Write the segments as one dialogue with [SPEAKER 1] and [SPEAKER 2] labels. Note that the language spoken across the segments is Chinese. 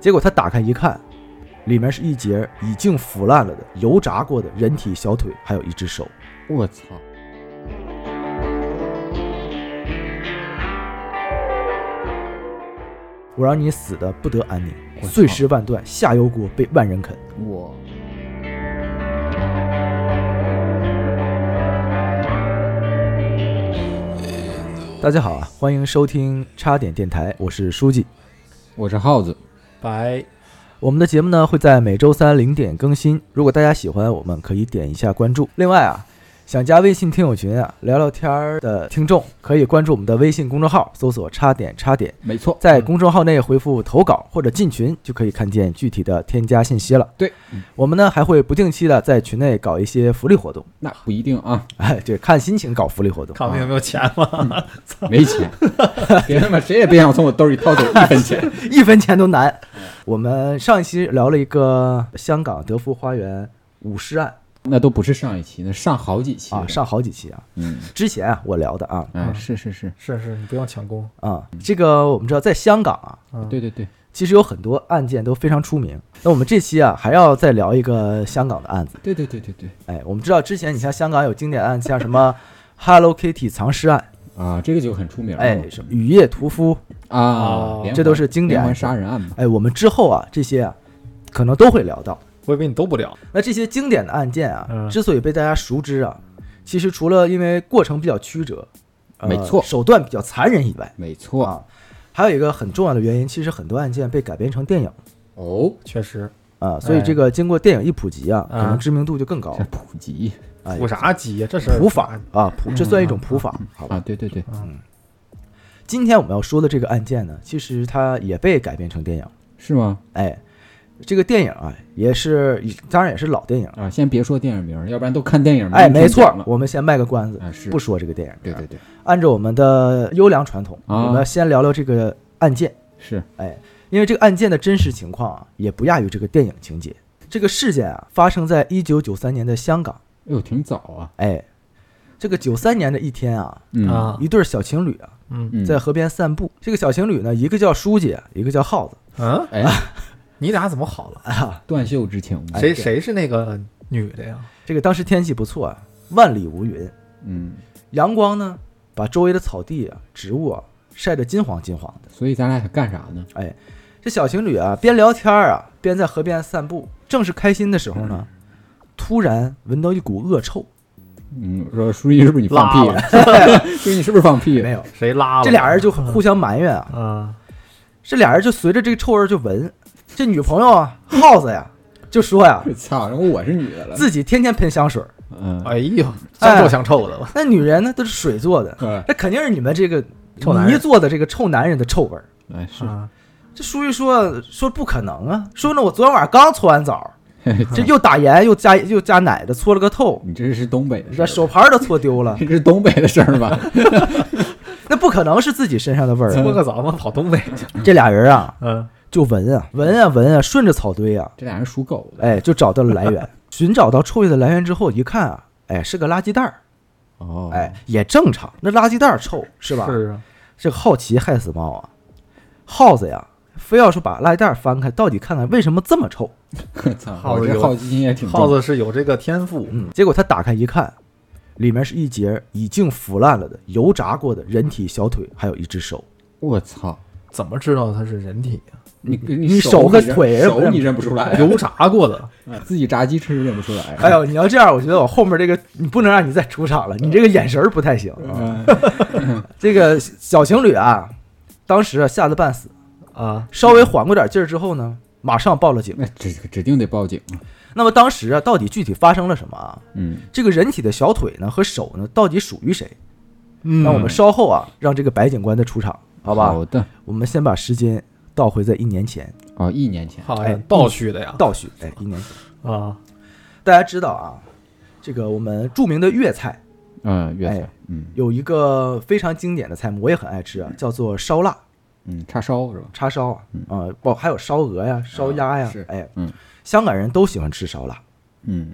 [SPEAKER 1] 结果他打开一看，里面是一截已经腐烂了的、油炸过的人体小腿，还有一只手。
[SPEAKER 2] 我操！
[SPEAKER 1] 我让你死的不得安宁，
[SPEAKER 2] 我操
[SPEAKER 1] 碎尸万段，下油锅被万人啃。
[SPEAKER 2] 我
[SPEAKER 1] 大家好啊，欢迎收听插点电台，我是书记。
[SPEAKER 2] 我是耗子，
[SPEAKER 3] 白
[SPEAKER 1] 我们的节目呢会在每周三零点更新，如果大家喜欢，我们可以点一下关注。另外啊，想加微信听友群啊，聊聊天儿的听众可以关注我们的微信公众号，搜索“插点插点
[SPEAKER 2] 没”，错，
[SPEAKER 1] 在公众号内回复“投稿”或者“进群”，就可以看见具体的添加信息了。
[SPEAKER 2] 对，
[SPEAKER 1] 我们呢还会不定期的在群内搞一些福利活动，
[SPEAKER 2] 那不一定啊，
[SPEAKER 1] 哎，对，看心情搞福利活动。
[SPEAKER 3] 看我们有没有钱嘛？
[SPEAKER 2] 没钱， 别他妈谁也别想从我兜里掏走一分钱。
[SPEAKER 1] 一分钱都难。我们上一期聊了一个香港德福花园舞狮案
[SPEAKER 2] 那都不是上一期，那上好几期了
[SPEAKER 1] 啊，上好几期啊。
[SPEAKER 2] 嗯，
[SPEAKER 1] 之前啊，我聊的啊
[SPEAKER 2] 哎，是是是，
[SPEAKER 3] 是是，你不用抢功。
[SPEAKER 1] 啊，这个我们知道，在香港啊，
[SPEAKER 3] 嗯
[SPEAKER 2] 对，对对，
[SPEAKER 1] 其实有很多案件都非常出名。那我们这期啊，还要再聊一个香港的案子。
[SPEAKER 2] 对对对对对
[SPEAKER 1] 哎，我们知道之前你像香港有经典案，像什么 Hello Kitty 藏尸案，
[SPEAKER 2] 啊，这个就很出名了，
[SPEAKER 1] 哎，
[SPEAKER 3] 嗯
[SPEAKER 1] 什么雨夜屠夫，
[SPEAKER 2] 啊，连环
[SPEAKER 1] 这都是经典
[SPEAKER 2] 连环杀人案嘛，
[SPEAKER 1] 哎，我们之后啊这些啊，可能都会聊到。
[SPEAKER 3] 我以为你都不聊。
[SPEAKER 1] 那这些经典的案件啊，
[SPEAKER 3] 嗯
[SPEAKER 1] 之所以被大家熟知啊，其实除了因为过程比较曲折，呃、
[SPEAKER 2] 没错
[SPEAKER 1] 手段比较残忍以外，
[SPEAKER 2] 没错
[SPEAKER 1] 啊，还有一个很重要的原因，其实很多案件被改编成电影
[SPEAKER 2] 哦，
[SPEAKER 3] 确实，
[SPEAKER 1] 啊，所以
[SPEAKER 3] 哎
[SPEAKER 1] 这个经过电影一普及啊，
[SPEAKER 3] 啊
[SPEAKER 1] 可能知名度就更高
[SPEAKER 2] 这。普及
[SPEAKER 1] 哎，
[SPEAKER 3] 普啥急呀？这是嗯
[SPEAKER 1] 普法啊，普这算一种普法，好吧？
[SPEAKER 2] 啊，对对对，
[SPEAKER 1] 今天我们要说的这个案件呢，其实它也被改编成电影，
[SPEAKER 2] 是吗？
[SPEAKER 1] 哎。这个电影啊，也是当然也是老电影，
[SPEAKER 2] 啊，先别说电影名儿，要不然都看电影名儿
[SPEAKER 1] 哎，
[SPEAKER 2] 就
[SPEAKER 1] 没错
[SPEAKER 2] 中奖，了
[SPEAKER 1] 我们先卖个关子，
[SPEAKER 2] 啊是
[SPEAKER 1] 不，啊说这个电影。
[SPEAKER 2] 对对对，
[SPEAKER 1] 按照我们的优良传统，
[SPEAKER 2] 啊
[SPEAKER 1] 我们要先聊聊这个案件，
[SPEAKER 2] 是
[SPEAKER 1] 哎，因为这个案件的真实情况啊，也不亚于这个电影情节。这个事件啊，发生在一九九三年的香港，
[SPEAKER 2] 哎呦，挺早啊，
[SPEAKER 1] 哎，这个九三年的一天啊，
[SPEAKER 2] 嗯
[SPEAKER 3] 啊，
[SPEAKER 1] 一对小情侣啊，
[SPEAKER 3] 嗯
[SPEAKER 2] 嗯
[SPEAKER 1] 在河边散步。这个小情侣呢，一个叫舒姐，一个叫耗子
[SPEAKER 3] 嗯，
[SPEAKER 2] 哎，
[SPEAKER 3] 你俩怎么好了？
[SPEAKER 1] 啊。
[SPEAKER 2] 断袖之情嘛，
[SPEAKER 3] 谁
[SPEAKER 1] 对
[SPEAKER 3] 谁是那个女的呀？
[SPEAKER 1] 这个当时天气不错啊，万里无云，
[SPEAKER 2] 嗯，
[SPEAKER 1] 阳光呢，把周围的草地啊、植物啊晒得金黄金黄的。
[SPEAKER 2] 所以咱俩想干啥呢？
[SPEAKER 1] 哎，这小情侣啊，边聊天儿啊，边在河边散步，正是开心的时候呢，
[SPEAKER 3] 嗯
[SPEAKER 1] 突然闻到一股恶臭。
[SPEAKER 2] 嗯，说书记是不是你放屁
[SPEAKER 3] 拉
[SPEAKER 2] 了？ 书记你是不是放屁
[SPEAKER 1] 没
[SPEAKER 2] 了？
[SPEAKER 1] 有，
[SPEAKER 3] 谁拉哎了？嗯
[SPEAKER 1] 这俩人就互相埋怨啊，
[SPEAKER 3] 啊，
[SPEAKER 1] 这俩人就随着这个臭味儿就闻。这女朋友啊，耗子呀，就说 呀，
[SPEAKER 3] 嗯
[SPEAKER 2] 我哎操！然后我是女的了，
[SPEAKER 1] 自己天天喷香水儿，
[SPEAKER 2] 嗯，
[SPEAKER 3] 哎呦，相臭相臭的了。
[SPEAKER 1] 那女人呢都是水做的，
[SPEAKER 2] 哎
[SPEAKER 1] 那肯定是你们这个
[SPEAKER 3] 嗯臭男人
[SPEAKER 1] 泥做的这个臭男人的臭味儿。
[SPEAKER 2] 哎是，
[SPEAKER 3] 啊，
[SPEAKER 1] 这书记说说不可能啊，说那我昨天晚上刚搓完澡，
[SPEAKER 3] 嗯
[SPEAKER 1] 这又打盐又加又加奶的搓了个透，
[SPEAKER 2] 你这是东北的事
[SPEAKER 1] 这
[SPEAKER 2] 儿，
[SPEAKER 1] 手牌儿都搓丢了。
[SPEAKER 2] 这是东北的事儿吧？
[SPEAKER 1] 那不可能是自己身上的味儿啊。
[SPEAKER 3] 搓个澡嘛，跑东北去。
[SPEAKER 1] 这俩人啊，
[SPEAKER 3] 嗯，
[SPEAKER 1] 就闻啊闻啊闻啊，顺着草堆啊，
[SPEAKER 2] 这俩人属狗的
[SPEAKER 1] 哎，就找到了来源。 寻找到臭味的来源之后，一看啊，哎，是个垃圾袋儿，
[SPEAKER 2] 哦，
[SPEAKER 1] 哎，也正常。那垃圾袋儿臭是吧？
[SPEAKER 3] 是啊，
[SPEAKER 1] 这个好奇害死猫啊！耗子呀，非要说把垃圾袋儿翻开，到底看看为什么这么臭。
[SPEAKER 2] 我 操！
[SPEAKER 3] 耗
[SPEAKER 2] 我
[SPEAKER 3] 子
[SPEAKER 2] 这
[SPEAKER 3] 有
[SPEAKER 2] 好奇心也挺重
[SPEAKER 3] 耗子是有这个天赋。
[SPEAKER 1] 嗯，结果他打开一看，里面是一截已经腐烂了的、油炸过的人体小腿，还有一只手。
[SPEAKER 2] 我操！
[SPEAKER 3] 怎么知道它是人体呀？
[SPEAKER 2] 你
[SPEAKER 1] 你手
[SPEAKER 2] 手
[SPEAKER 1] 和
[SPEAKER 2] 你认
[SPEAKER 1] 腿
[SPEAKER 2] 手
[SPEAKER 1] 认
[SPEAKER 2] 你认不出来，啊
[SPEAKER 3] 油炸过的，
[SPEAKER 2] 自己炸鸡吃认不出来。啊
[SPEAKER 1] 哎呦，你要这样，我觉得我后面这个你不能让你再出场了，你这个眼神儿不太行啊。
[SPEAKER 2] 嗯，
[SPEAKER 1] 这个小情侣啊，当时啊吓得半死，
[SPEAKER 3] 啊，
[SPEAKER 1] 稍微缓过点劲儿之后呢，马上报了警。
[SPEAKER 2] 那指指定得报警啊。
[SPEAKER 1] 那么当时啊，到底具体发生了什么啊？
[SPEAKER 2] 嗯，
[SPEAKER 1] 这个人体的小腿呢和手呢，到底属于谁？
[SPEAKER 3] 嗯
[SPEAKER 1] 那我们稍后啊，让这个白警官的出场，好吧？
[SPEAKER 2] 好的。
[SPEAKER 1] 我们先把时间倒回在一年前，
[SPEAKER 2] 哦，一年前，
[SPEAKER 3] 好
[SPEAKER 1] 哎
[SPEAKER 3] 呀，倒叙的呀，
[SPEAKER 1] 倒叙，哎，一年前，
[SPEAKER 3] 啊，
[SPEAKER 1] 大家知道啊，这个我们著名的粤菜
[SPEAKER 2] 嗯，月
[SPEAKER 1] 哎
[SPEAKER 2] 菜，嗯
[SPEAKER 1] 有一个非常经典的菜目，我也很爱吃啊，叫做烧腊。
[SPEAKER 2] 嗯，叉烧是吧？
[SPEAKER 1] 叉烧啊，啊、包还有烧鹅呀、烧鸭呀，
[SPEAKER 2] 嗯啊是
[SPEAKER 1] 哎，
[SPEAKER 2] 嗯
[SPEAKER 1] 香港人都喜欢吃烧腊。
[SPEAKER 2] 嗯，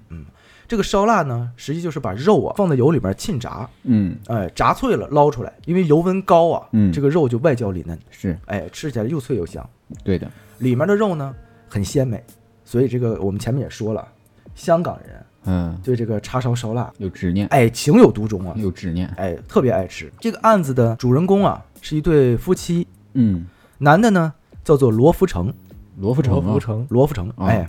[SPEAKER 1] 这个烧腊呢，实际就是把肉啊放在油里面浸炸，
[SPEAKER 2] 嗯
[SPEAKER 1] 哎，炸脆了捞出来，因为油温高啊，
[SPEAKER 2] 嗯
[SPEAKER 1] 这个肉就外焦里嫩，
[SPEAKER 2] 是
[SPEAKER 1] 哎，吃起来又脆又香。
[SPEAKER 2] 对的，
[SPEAKER 1] 里面的肉呢很鲜美，所以这个我们前面也说了，香港人
[SPEAKER 2] 嗯，
[SPEAKER 1] 对这个叉烧烧腊，
[SPEAKER 2] 有执念，
[SPEAKER 1] 哎，情有独钟啊，
[SPEAKER 2] 有执念，
[SPEAKER 1] 哎，特别爱吃。这个案子的主人公啊是一对夫妻，
[SPEAKER 2] 嗯，
[SPEAKER 1] 男的呢叫做罗福成，
[SPEAKER 2] 罗浮城
[SPEAKER 3] 罗浮
[SPEAKER 2] 啊，
[SPEAKER 3] 城，
[SPEAKER 1] 罗福成，
[SPEAKER 2] 哦
[SPEAKER 1] 哎，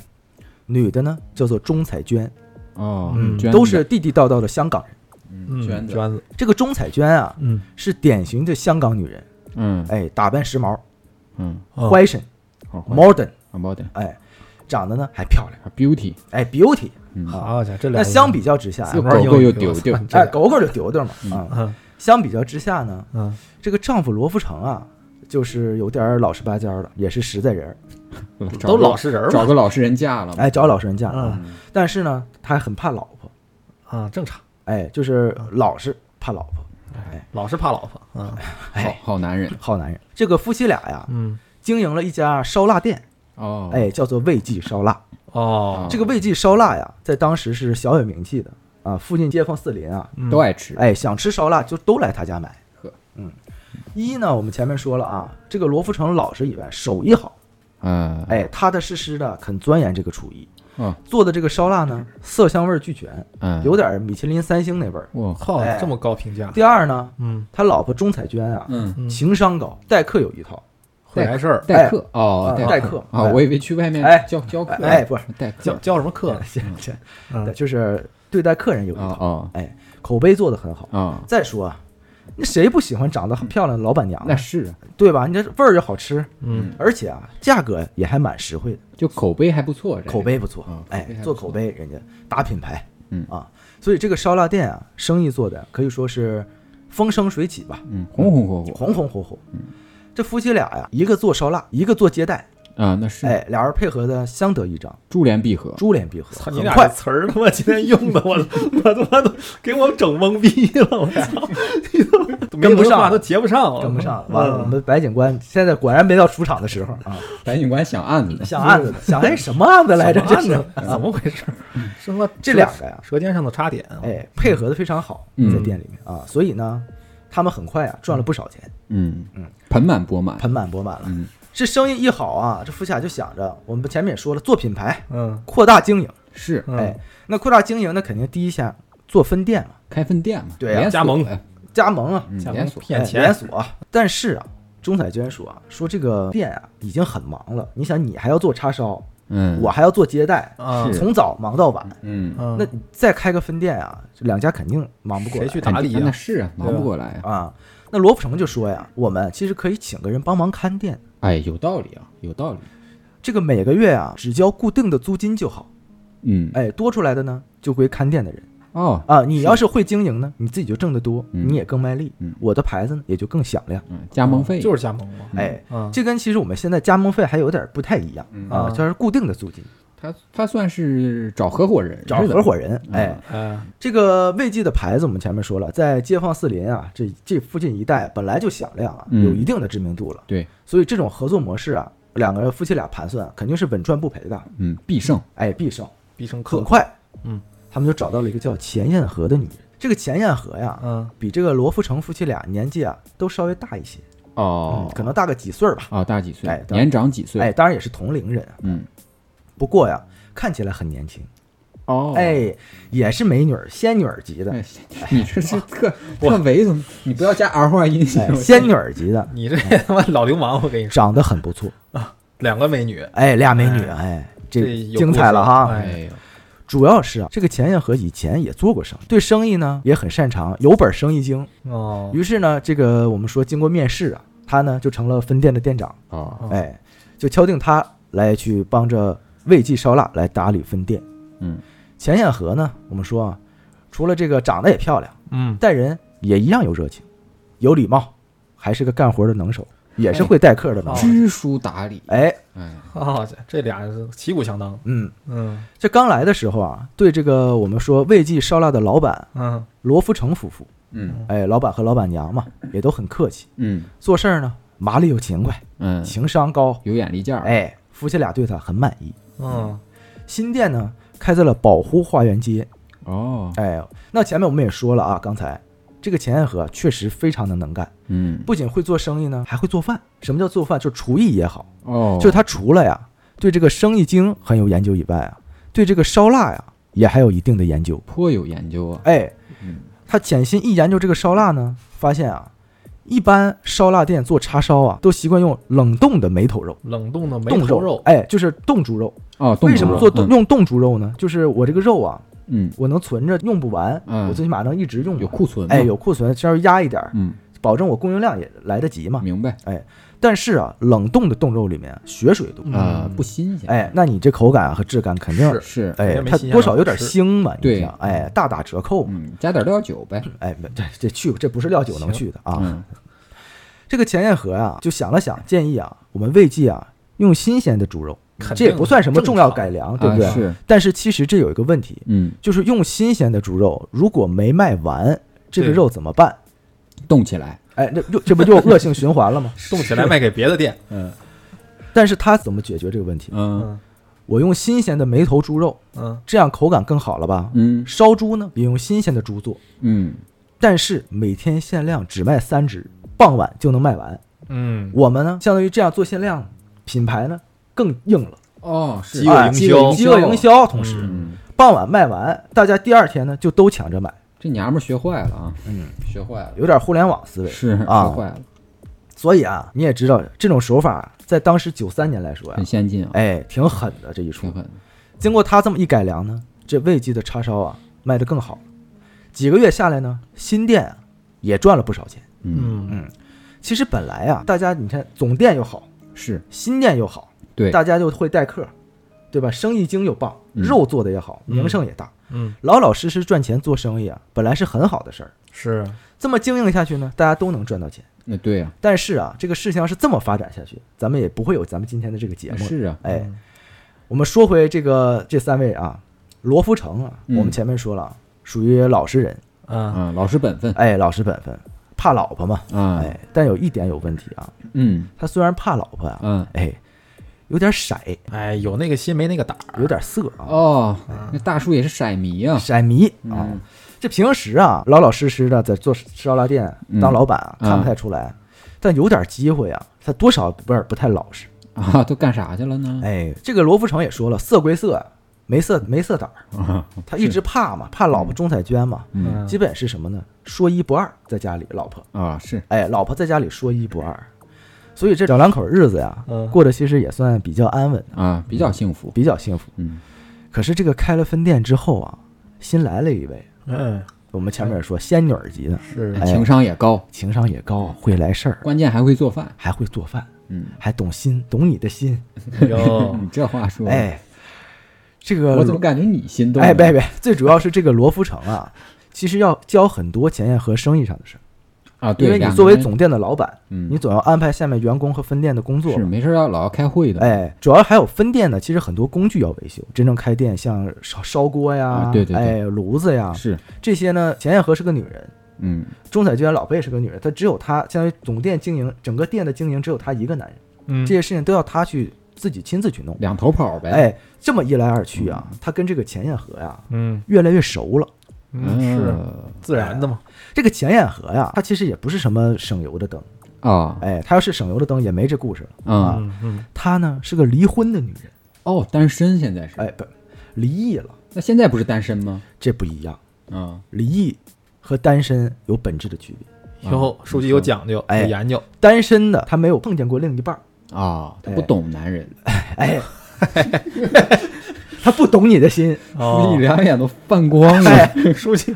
[SPEAKER 1] 女的呢叫做钟彩娟，
[SPEAKER 2] 哦
[SPEAKER 3] 嗯，
[SPEAKER 2] 捐
[SPEAKER 1] 都
[SPEAKER 2] 的
[SPEAKER 1] 是地地道道的香港人。
[SPEAKER 2] 嗯
[SPEAKER 3] 嗯，
[SPEAKER 2] 捐的，
[SPEAKER 3] 娟子，
[SPEAKER 1] 这个钟彩娟啊
[SPEAKER 3] 嗯，
[SPEAKER 1] 是典型的香港女人，
[SPEAKER 2] 嗯
[SPEAKER 1] 哎，打扮时髦
[SPEAKER 2] 嗯，
[SPEAKER 3] 哦
[SPEAKER 1] ，fashion
[SPEAKER 2] 好坏
[SPEAKER 1] modern，
[SPEAKER 2] 好包点
[SPEAKER 1] 哎，长得呢还漂亮，
[SPEAKER 2] 还beauty，
[SPEAKER 1] 哎，beauty。
[SPEAKER 2] 嗯，
[SPEAKER 3] 好家伙，这
[SPEAKER 1] 那
[SPEAKER 3] 俩
[SPEAKER 1] 相比较之下呀
[SPEAKER 2] 又
[SPEAKER 3] 人
[SPEAKER 2] 狗狗又丢丢，
[SPEAKER 1] 哎，狗狗就丢丢嘛
[SPEAKER 2] 嗯
[SPEAKER 1] 啊、
[SPEAKER 3] 嗯
[SPEAKER 1] 相比较之下呢，
[SPEAKER 3] 嗯，
[SPEAKER 1] 这个丈夫罗福成啊，就是有点儿老实巴交的，也是实在人儿，
[SPEAKER 2] 找个
[SPEAKER 3] 实人
[SPEAKER 2] 找个老实人嫁了嘛，
[SPEAKER 1] 哎，找老实人家、
[SPEAKER 3] 嗯
[SPEAKER 2] 嗯
[SPEAKER 1] 但是呢，他还很怕老婆，
[SPEAKER 3] 啊，正常，
[SPEAKER 1] 哎，就是老实怕老婆，
[SPEAKER 3] 老是怕老婆啊，
[SPEAKER 2] 好
[SPEAKER 1] 哎，
[SPEAKER 2] 好男人
[SPEAKER 1] 好男人。这个夫妻俩呀，
[SPEAKER 3] 嗯，
[SPEAKER 1] 经营了一家烧腊店，
[SPEAKER 2] 哦，
[SPEAKER 1] 哎，叫做魏记烧腊。
[SPEAKER 3] 哦，
[SPEAKER 1] 这个魏记烧腊呀，在当时是小有名气的啊，附近街坊四邻啊，
[SPEAKER 3] 嗯
[SPEAKER 2] 都爱吃，
[SPEAKER 1] 哎，想吃烧腊就都来他家买
[SPEAKER 2] 呵。
[SPEAKER 1] 嗯，一呢，我们前面说了啊，这个罗福成老实以外，手艺好。
[SPEAKER 2] 嗯，
[SPEAKER 1] 哎，踏踏实实的肯钻研这个厨艺，
[SPEAKER 2] 嗯
[SPEAKER 1] 做的这个烧腊呢，色香味儿俱全，
[SPEAKER 2] 嗯，
[SPEAKER 1] 有点米其林三星那味儿。
[SPEAKER 2] 哇，
[SPEAKER 3] 靠
[SPEAKER 1] 哎，
[SPEAKER 3] 这么高评价，
[SPEAKER 1] 第二呢，
[SPEAKER 3] 嗯，
[SPEAKER 1] 他老婆钟彩娟啊，
[SPEAKER 2] 嗯，
[SPEAKER 3] 嗯
[SPEAKER 1] 情商高，待客有一套，
[SPEAKER 3] 会来事儿，
[SPEAKER 2] 代课哦
[SPEAKER 1] 啊，代
[SPEAKER 2] 代
[SPEAKER 1] 课
[SPEAKER 2] 啊，
[SPEAKER 1] 哎
[SPEAKER 2] 我以为去外面
[SPEAKER 1] 哎
[SPEAKER 2] 教教课，
[SPEAKER 1] 哎，，不是，
[SPEAKER 2] 代
[SPEAKER 3] 教
[SPEAKER 2] 课
[SPEAKER 3] 教什么课呢？
[SPEAKER 1] 这这
[SPEAKER 3] 嗯
[SPEAKER 1] 对就是对待客人有一
[SPEAKER 2] 啊
[SPEAKER 1] 套，
[SPEAKER 2] 啊
[SPEAKER 1] 口碑做得很好。
[SPEAKER 2] 啊，
[SPEAKER 1] 再说啊，那谁不喜欢长得很漂亮的老板娘
[SPEAKER 2] 那
[SPEAKER 1] 呢？
[SPEAKER 2] 是啊
[SPEAKER 1] 对吧？你这味儿又好吃，
[SPEAKER 3] 嗯
[SPEAKER 1] 而且啊，价格也还蛮实惠的，
[SPEAKER 2] 就口碑还不错，这个
[SPEAKER 1] 口碑不错
[SPEAKER 2] 啊。
[SPEAKER 1] 哎
[SPEAKER 2] 口碑还，不
[SPEAKER 1] 做口碑人家打品牌，
[SPEAKER 2] 嗯
[SPEAKER 1] 啊，所以这个烧腊店啊，生意做的可以说是风生水起吧。
[SPEAKER 2] 嗯，红红火嗯火
[SPEAKER 1] 红红火火。这夫妻俩呀，一个做烧腊，一个做接待，
[SPEAKER 2] 啊，那是嗯
[SPEAKER 1] 哎，俩人配合的相得益彰，
[SPEAKER 2] 珠联璧合，
[SPEAKER 1] 珠联璧合，
[SPEAKER 3] 操你
[SPEAKER 1] 很
[SPEAKER 3] 俩
[SPEAKER 1] 快
[SPEAKER 3] 这。词儿他妈今天用的我我他妈都给我整懵逼了，我 操！你他妈
[SPEAKER 1] 跟不上
[SPEAKER 3] 没有的话都接不上了，
[SPEAKER 1] 跟不上了，
[SPEAKER 3] 嗯
[SPEAKER 1] 完了，我们白警官现在果然没到出场的时候啊！
[SPEAKER 2] 白警官 想案子呢，
[SPEAKER 1] 想案子呢，想哎什么案子来着？这
[SPEAKER 3] 这
[SPEAKER 1] 是啊
[SPEAKER 3] 怎么回事？生了
[SPEAKER 1] 这两个呀，
[SPEAKER 3] 舌尖上的插点，啊
[SPEAKER 1] 哎，配合的非常好，
[SPEAKER 2] 嗯
[SPEAKER 1] 在店里面啊，所以呢，他们很快啊赚了不少钱，
[SPEAKER 2] 嗯
[SPEAKER 1] 嗯，
[SPEAKER 2] 盆满钵满，
[SPEAKER 1] 盆满钵满了。
[SPEAKER 2] 嗯，
[SPEAKER 1] 这生意一好啊，这夫妻俩就想着，我们前面也说了，做品牌，
[SPEAKER 3] 嗯，
[SPEAKER 1] 扩大经营，
[SPEAKER 2] 是
[SPEAKER 3] 嗯
[SPEAKER 1] 哎，那扩大经营，那肯定第一下做分店嘛，
[SPEAKER 2] 开分店嘛，
[SPEAKER 1] 对啊
[SPEAKER 2] 连锁
[SPEAKER 3] 加盟
[SPEAKER 2] 哎
[SPEAKER 1] 加盟啊，
[SPEAKER 2] 嗯
[SPEAKER 3] 加盟
[SPEAKER 2] 连锁，
[SPEAKER 3] 骗
[SPEAKER 1] 哎
[SPEAKER 3] 钱
[SPEAKER 1] 连锁。但是啊，钟彩娟说啊，说这个店啊已经很忙了，你想你还要做叉烧，
[SPEAKER 2] 嗯，
[SPEAKER 1] 我还要做接待，
[SPEAKER 3] 啊
[SPEAKER 2] 是
[SPEAKER 1] 从早忙到晚，
[SPEAKER 2] 嗯，
[SPEAKER 3] 嗯
[SPEAKER 1] 那你再开个分店啊，这两家肯定忙不过
[SPEAKER 3] 谁
[SPEAKER 1] 来
[SPEAKER 3] 去打
[SPEAKER 2] 肯
[SPEAKER 3] 理
[SPEAKER 2] 定那
[SPEAKER 3] 呀？
[SPEAKER 2] 是啊，忙不过来啊，
[SPEAKER 1] 啊。那罗福成就说呀，我们其实可以请个人帮忙看店，
[SPEAKER 2] 哎，有道理啊，有道理，
[SPEAKER 1] 这个每个月啊只交固定的租金就好，
[SPEAKER 2] 嗯，
[SPEAKER 1] 哎，多出来的呢就归看店的人
[SPEAKER 2] 哦，
[SPEAKER 1] 啊。你要是会经营呢，你自己就挣得多，
[SPEAKER 2] 嗯
[SPEAKER 1] 你也更卖力
[SPEAKER 2] 嗯，
[SPEAKER 1] 我的牌子呢也就更响亮。
[SPEAKER 2] 嗯，加盟费
[SPEAKER 3] 就是加盟嘛，
[SPEAKER 2] 嗯
[SPEAKER 1] 哎，
[SPEAKER 3] 嗯，
[SPEAKER 1] 这跟其实我们现在加盟费还有点不太一样
[SPEAKER 2] 嗯
[SPEAKER 1] 啊，它是固定的租金。
[SPEAKER 2] 他他算是找合伙人，
[SPEAKER 1] 找
[SPEAKER 2] 是的
[SPEAKER 1] 合伙人。
[SPEAKER 2] 嗯
[SPEAKER 1] 哎，
[SPEAKER 3] 哎，
[SPEAKER 1] 这个魏记的牌子我们前面说了，在街坊四邻啊，这这附近一带本来就响亮啊，
[SPEAKER 2] 嗯
[SPEAKER 1] 有一定的知名度了。
[SPEAKER 2] 对，
[SPEAKER 1] 所以这种合作模式啊，两个夫妻俩盘算肯定是稳赚不赔的，
[SPEAKER 2] 嗯，必胜，
[SPEAKER 1] 哎，必胜。
[SPEAKER 3] 必胜
[SPEAKER 1] 很
[SPEAKER 3] 客，
[SPEAKER 1] 快，
[SPEAKER 3] 嗯，
[SPEAKER 1] 他们就找到了一个叫钱艳和的女人。这个钱艳和呀，
[SPEAKER 3] 嗯
[SPEAKER 1] 比这个罗福成夫妻俩年纪啊都稍微大一些，
[SPEAKER 2] 哦
[SPEAKER 1] 嗯，可能大个几岁儿吧。
[SPEAKER 2] 哦，大几岁
[SPEAKER 1] 哎，对
[SPEAKER 2] 年长几岁，
[SPEAKER 1] 哎，当然也是同龄人，啊
[SPEAKER 2] 嗯，
[SPEAKER 1] 不过呀，看起来很年轻，
[SPEAKER 2] 哦，
[SPEAKER 1] 哎，也是美女儿、仙女儿级的，
[SPEAKER 2] 哎，你这是 特特猥琐，你不要加儿化音，
[SPEAKER 1] 哎，仙女儿级的，
[SPEAKER 3] 你这他妈老流氓，我跟你说，
[SPEAKER 1] 长得很不错。
[SPEAKER 3] 两个美女，
[SPEAKER 1] 哎，俩美女，哎，
[SPEAKER 3] 这
[SPEAKER 1] 这
[SPEAKER 3] 有
[SPEAKER 1] 精彩了
[SPEAKER 3] 故事
[SPEAKER 1] 哈！
[SPEAKER 3] 哎
[SPEAKER 2] 哎呦，
[SPEAKER 1] 主要是啊，这个钱彦和以前也做过生意，对生意呢也很擅长，有本生意经。
[SPEAKER 3] 哦，
[SPEAKER 1] 于是呢，这个我们说经过面试啊，他呢就成了分店的店长，
[SPEAKER 2] 哦，
[SPEAKER 3] 哦
[SPEAKER 1] 哎，就敲定他来去帮着魏记烧腊来打理分店。
[SPEAKER 2] 嗯，
[SPEAKER 1] 钱彦和呢，我们说啊，除了这个长得也漂亮，
[SPEAKER 3] 嗯，
[SPEAKER 1] 待人也一样有热情，有礼貌，还是个干活的能手，也
[SPEAKER 3] 哎
[SPEAKER 1] 是会待客的能
[SPEAKER 3] 哦
[SPEAKER 1] 手。
[SPEAKER 2] 知书达理，
[SPEAKER 1] 哎，
[SPEAKER 2] 哎，
[SPEAKER 3] 好家伙，这俩是旗鼓相当，
[SPEAKER 1] 嗯，
[SPEAKER 3] 嗯
[SPEAKER 1] 这刚来的时候啊，对这个我们说魏记烧腊的老板
[SPEAKER 3] 嗯
[SPEAKER 1] 罗福成夫妇，
[SPEAKER 2] 嗯
[SPEAKER 1] 哎，老板和老板娘嘛，也都很客气，
[SPEAKER 2] 嗯
[SPEAKER 1] 做事儿呢麻利又勤快，
[SPEAKER 2] 嗯，
[SPEAKER 1] 情商高，
[SPEAKER 2] 有眼力见儿，
[SPEAKER 1] 哎，夫妻俩对他很满意。
[SPEAKER 3] 嗯，
[SPEAKER 1] 新店呢开在了宝湖花园街，
[SPEAKER 2] 哦，
[SPEAKER 1] 哎，那前面我们也说了啊，刚才这个钱爱和确实非常的能干，
[SPEAKER 2] 嗯，
[SPEAKER 1] 不仅会做生意呢，还会做饭。什么叫做饭？就厨艺也好，
[SPEAKER 2] 哦，
[SPEAKER 1] 就他除了呀对这个生意经很有研究以外啊，对这个烧腊呀也还有一定的研究。
[SPEAKER 2] 颇有研究啊，
[SPEAKER 1] 哎，
[SPEAKER 2] 嗯，
[SPEAKER 1] 他潜心一研究这个烧腊呢，发现啊，一般烧腊店做叉烧啊，都习惯用冷冻的梅头肉。
[SPEAKER 3] 冷冻的梅
[SPEAKER 1] 冻
[SPEAKER 3] 头
[SPEAKER 1] 肉，哎，就是冻猪肉。
[SPEAKER 2] 哦，冻
[SPEAKER 1] 为什
[SPEAKER 2] 猪
[SPEAKER 1] 么
[SPEAKER 2] 肉
[SPEAKER 1] 做冻、
[SPEAKER 2] 嗯
[SPEAKER 1] 用冻猪肉呢？就是我这个肉啊，
[SPEAKER 2] 嗯，
[SPEAKER 1] 我能存着用不完，
[SPEAKER 2] 嗯
[SPEAKER 1] 我最起码能一直用
[SPEAKER 2] 有
[SPEAKER 1] 完。
[SPEAKER 2] 库存，啊
[SPEAKER 1] 哎，，有库存，稍微压一点儿，
[SPEAKER 2] 嗯，
[SPEAKER 1] 保证我供应量也来得及嘛。
[SPEAKER 2] 明白
[SPEAKER 1] 但是啊，冷冻的冻肉里面血水多，
[SPEAKER 2] 啊，
[SPEAKER 3] 嗯
[SPEAKER 2] 不新鲜，
[SPEAKER 1] 哎，那你这口感和质感肯定，
[SPEAKER 3] 是
[SPEAKER 2] 是，
[SPEAKER 1] 哎
[SPEAKER 3] 肯，定没
[SPEAKER 1] 它
[SPEAKER 3] 新鲜
[SPEAKER 1] 多
[SPEAKER 3] 好
[SPEAKER 1] 少有点
[SPEAKER 3] 吃
[SPEAKER 1] 腥嘛，你
[SPEAKER 2] 对
[SPEAKER 1] 想，哎，大打折扣嘛，
[SPEAKER 2] 嗯，加点料酒呗，
[SPEAKER 1] 哎，不这这去这不是料酒能去的啊。
[SPEAKER 2] 嗯，
[SPEAKER 1] 这个钱彦和啊，就想了想，建议啊，我们卫计啊，用新鲜的猪肉
[SPEAKER 3] 肯，
[SPEAKER 1] 这也
[SPEAKER 3] 定
[SPEAKER 1] 不算什么
[SPEAKER 3] 正
[SPEAKER 1] 重要
[SPEAKER 3] 常
[SPEAKER 1] 改良，对不对？
[SPEAKER 2] 啊是，
[SPEAKER 1] 但是其实这有一个问题，
[SPEAKER 2] 嗯，
[SPEAKER 1] 就是用新鲜的猪肉，如果没卖完，这个
[SPEAKER 3] 对
[SPEAKER 1] 肉怎么办？
[SPEAKER 2] 冻起来，
[SPEAKER 1] 哎，那又这不又恶性循环了吗？
[SPEAKER 3] 冻起来卖给别的店。
[SPEAKER 2] 嗯
[SPEAKER 1] 但是他怎么解决这个问题？
[SPEAKER 2] 嗯
[SPEAKER 3] 嗯
[SPEAKER 1] 我用新鲜的梅头猪肉，
[SPEAKER 3] 嗯，
[SPEAKER 1] 这样口感更好了吧？
[SPEAKER 2] 嗯
[SPEAKER 1] 烧猪呢，也用新鲜的猪做，
[SPEAKER 2] 嗯，
[SPEAKER 1] 但是每天限量只卖三只，傍晚就能卖完。
[SPEAKER 3] 嗯，
[SPEAKER 1] 我们呢，相当于这样做限量，品牌呢更硬了，
[SPEAKER 2] 哦，是
[SPEAKER 3] 饥饿营销
[SPEAKER 1] 饥饿营，销。同时，
[SPEAKER 2] 嗯，
[SPEAKER 1] 傍晚卖完，大家第二天呢就都抢着买，
[SPEAKER 2] 这娘们儿学坏了啊，
[SPEAKER 1] 嗯，
[SPEAKER 2] 学坏了，
[SPEAKER 1] 有点互联网思维。
[SPEAKER 2] 是学
[SPEAKER 1] 啊
[SPEAKER 2] 坏了，
[SPEAKER 1] 所以啊，你也知道这种手法在当时九三年来说呀、
[SPEAKER 2] 很先进啊，
[SPEAKER 1] 哎，挺狠的这一
[SPEAKER 2] 挺
[SPEAKER 1] 出。
[SPEAKER 2] 狠的，
[SPEAKER 1] 经过他这么一改良呢，这魏记的叉烧啊卖得更好了。几个月下来呢，新店啊也赚了不少钱。
[SPEAKER 2] 嗯，
[SPEAKER 3] 嗯
[SPEAKER 1] 其实本来啊，大家你看总店又好，
[SPEAKER 2] 嗯是
[SPEAKER 1] 新店又好，
[SPEAKER 2] 对，
[SPEAKER 1] 大家就会待客，对吧？生意经又棒，
[SPEAKER 2] 嗯
[SPEAKER 1] 肉做的也好，
[SPEAKER 3] 嗯
[SPEAKER 1] 名声也大，
[SPEAKER 3] 嗯，
[SPEAKER 1] 老老实实赚钱做生意啊，本来是很好的事儿。
[SPEAKER 3] 是
[SPEAKER 1] 这么经营下去呢，大家都能赚到钱。
[SPEAKER 2] 那对啊，
[SPEAKER 1] 但是啊，这个事情要是这么发展下去，咱们也不会有咱们今天的这个节目了。
[SPEAKER 2] 是啊，
[SPEAKER 1] 哎，
[SPEAKER 3] 嗯
[SPEAKER 1] 我们说回这个这三位啊，罗福成啊，
[SPEAKER 2] 嗯
[SPEAKER 1] 我们前面说了啊，属于老实人，
[SPEAKER 3] 啊，
[SPEAKER 2] 啊，老实本分
[SPEAKER 1] 哎，老实本分，怕老婆嘛，
[SPEAKER 2] 啊，
[SPEAKER 1] 哎，但有一点有问题啊，
[SPEAKER 2] 嗯
[SPEAKER 1] 他虽然怕老婆啊，
[SPEAKER 2] 嗯，
[SPEAKER 1] 哎，有点色，
[SPEAKER 3] 哎，有那个心没那个胆儿。
[SPEAKER 1] 有点色啊，
[SPEAKER 2] 哦，那大叔也是色迷啊，
[SPEAKER 1] 色迷啊
[SPEAKER 2] 嗯。
[SPEAKER 1] 这平时啊，老老实实的在做烧腊店
[SPEAKER 2] 嗯
[SPEAKER 1] 当老板啊，
[SPEAKER 2] 嗯
[SPEAKER 1] 看不太出来，但有点机会啊，他多少有点不太老实。
[SPEAKER 2] 啊，都干啥去了呢？
[SPEAKER 1] 哎，这个罗福成也说了，色归色，没色没色胆儿，
[SPEAKER 2] 啊，
[SPEAKER 1] 他一直怕嘛，怕老婆钟彩娟嘛，
[SPEAKER 2] 嗯
[SPEAKER 1] 基本是什么呢？说一不二，在家里老婆，
[SPEAKER 2] 啊，是
[SPEAKER 1] 哎，老婆在家里说一不二，所以这小两口日子呀，
[SPEAKER 3] 嗯
[SPEAKER 1] 过得其实也算比较安稳，
[SPEAKER 2] 啊，比较幸福，
[SPEAKER 1] 比较幸福。
[SPEAKER 2] 嗯
[SPEAKER 1] 可是这个开了分店之后啊，新来了一位，
[SPEAKER 3] 嗯，
[SPEAKER 1] 我们前
[SPEAKER 2] 哎
[SPEAKER 1] 面也说仙女儿级的，
[SPEAKER 3] 是
[SPEAKER 1] 哎
[SPEAKER 2] 情商也高，
[SPEAKER 1] 情商也高，会来事儿，
[SPEAKER 2] 关键还会做饭，
[SPEAKER 1] 还会做饭，
[SPEAKER 2] 嗯，
[SPEAKER 1] 还懂心，懂你的心，
[SPEAKER 3] 哎哟，
[SPEAKER 2] 你这话说，，
[SPEAKER 1] 哦哎，这个
[SPEAKER 2] 我怎么感觉你心动？
[SPEAKER 1] 哎，别，别，最主要是这个罗福成啊，其实要教很多前沿和生意上的事儿，
[SPEAKER 2] 啊，对，
[SPEAKER 1] 因为你
[SPEAKER 2] 两个
[SPEAKER 1] 作为
[SPEAKER 2] 人，
[SPEAKER 1] 总店的老板，
[SPEAKER 2] 嗯，
[SPEAKER 1] 你总要安排下面员工和分店的工作
[SPEAKER 2] 是
[SPEAKER 1] 嘛。
[SPEAKER 2] 没事儿要老要开会的，
[SPEAKER 1] 哎，主要还有分店呢，其实很多工具要维修。真正开店，像烧烧锅呀，
[SPEAKER 2] 啊对对
[SPEAKER 1] 哎，
[SPEAKER 2] 对
[SPEAKER 1] 炉子呀，
[SPEAKER 2] 是，
[SPEAKER 1] 这些呢，钱彦和是个女人，
[SPEAKER 2] 嗯，
[SPEAKER 1] 钟彩娟老贝是个女人，她只有她，相当于总店经营，整个店的经营只有她一个男人，
[SPEAKER 3] 嗯
[SPEAKER 1] 这些事情都要她去自己亲自去弄。
[SPEAKER 2] 两头跑呗，，
[SPEAKER 1] 哎，这么一来二去啊，她跟这个钱彦和呀
[SPEAKER 3] 嗯
[SPEAKER 1] 越来越熟了。
[SPEAKER 3] 嗯是自然的嘛。
[SPEAKER 1] 这个钱彦和呀，他其实也不是什么省油的灯，
[SPEAKER 2] 啊，
[SPEAKER 1] 哎，他要是省油的灯也没这故事了。
[SPEAKER 2] 啊，
[SPEAKER 3] 嗯嗯，
[SPEAKER 1] 她呢是个离婚的女人，
[SPEAKER 2] 哦，单身现在是，
[SPEAKER 1] 哎，不，离异了，
[SPEAKER 2] 那现在不是单身吗？
[SPEAKER 1] 这不一样。
[SPEAKER 2] 啊，
[SPEAKER 1] 离异和单身有本质的区别。
[SPEAKER 3] 哟，书记有讲究，
[SPEAKER 1] 哎
[SPEAKER 3] 有研究，
[SPEAKER 1] 单身的他没有碰见过另一半儿，
[SPEAKER 2] 啊，他
[SPEAKER 1] 哎
[SPEAKER 2] 不懂男人，
[SPEAKER 1] 哎， 他不懂你的心。
[SPEAKER 2] 估计两眼都泛光了，
[SPEAKER 1] 哦哎，
[SPEAKER 3] 哦书记，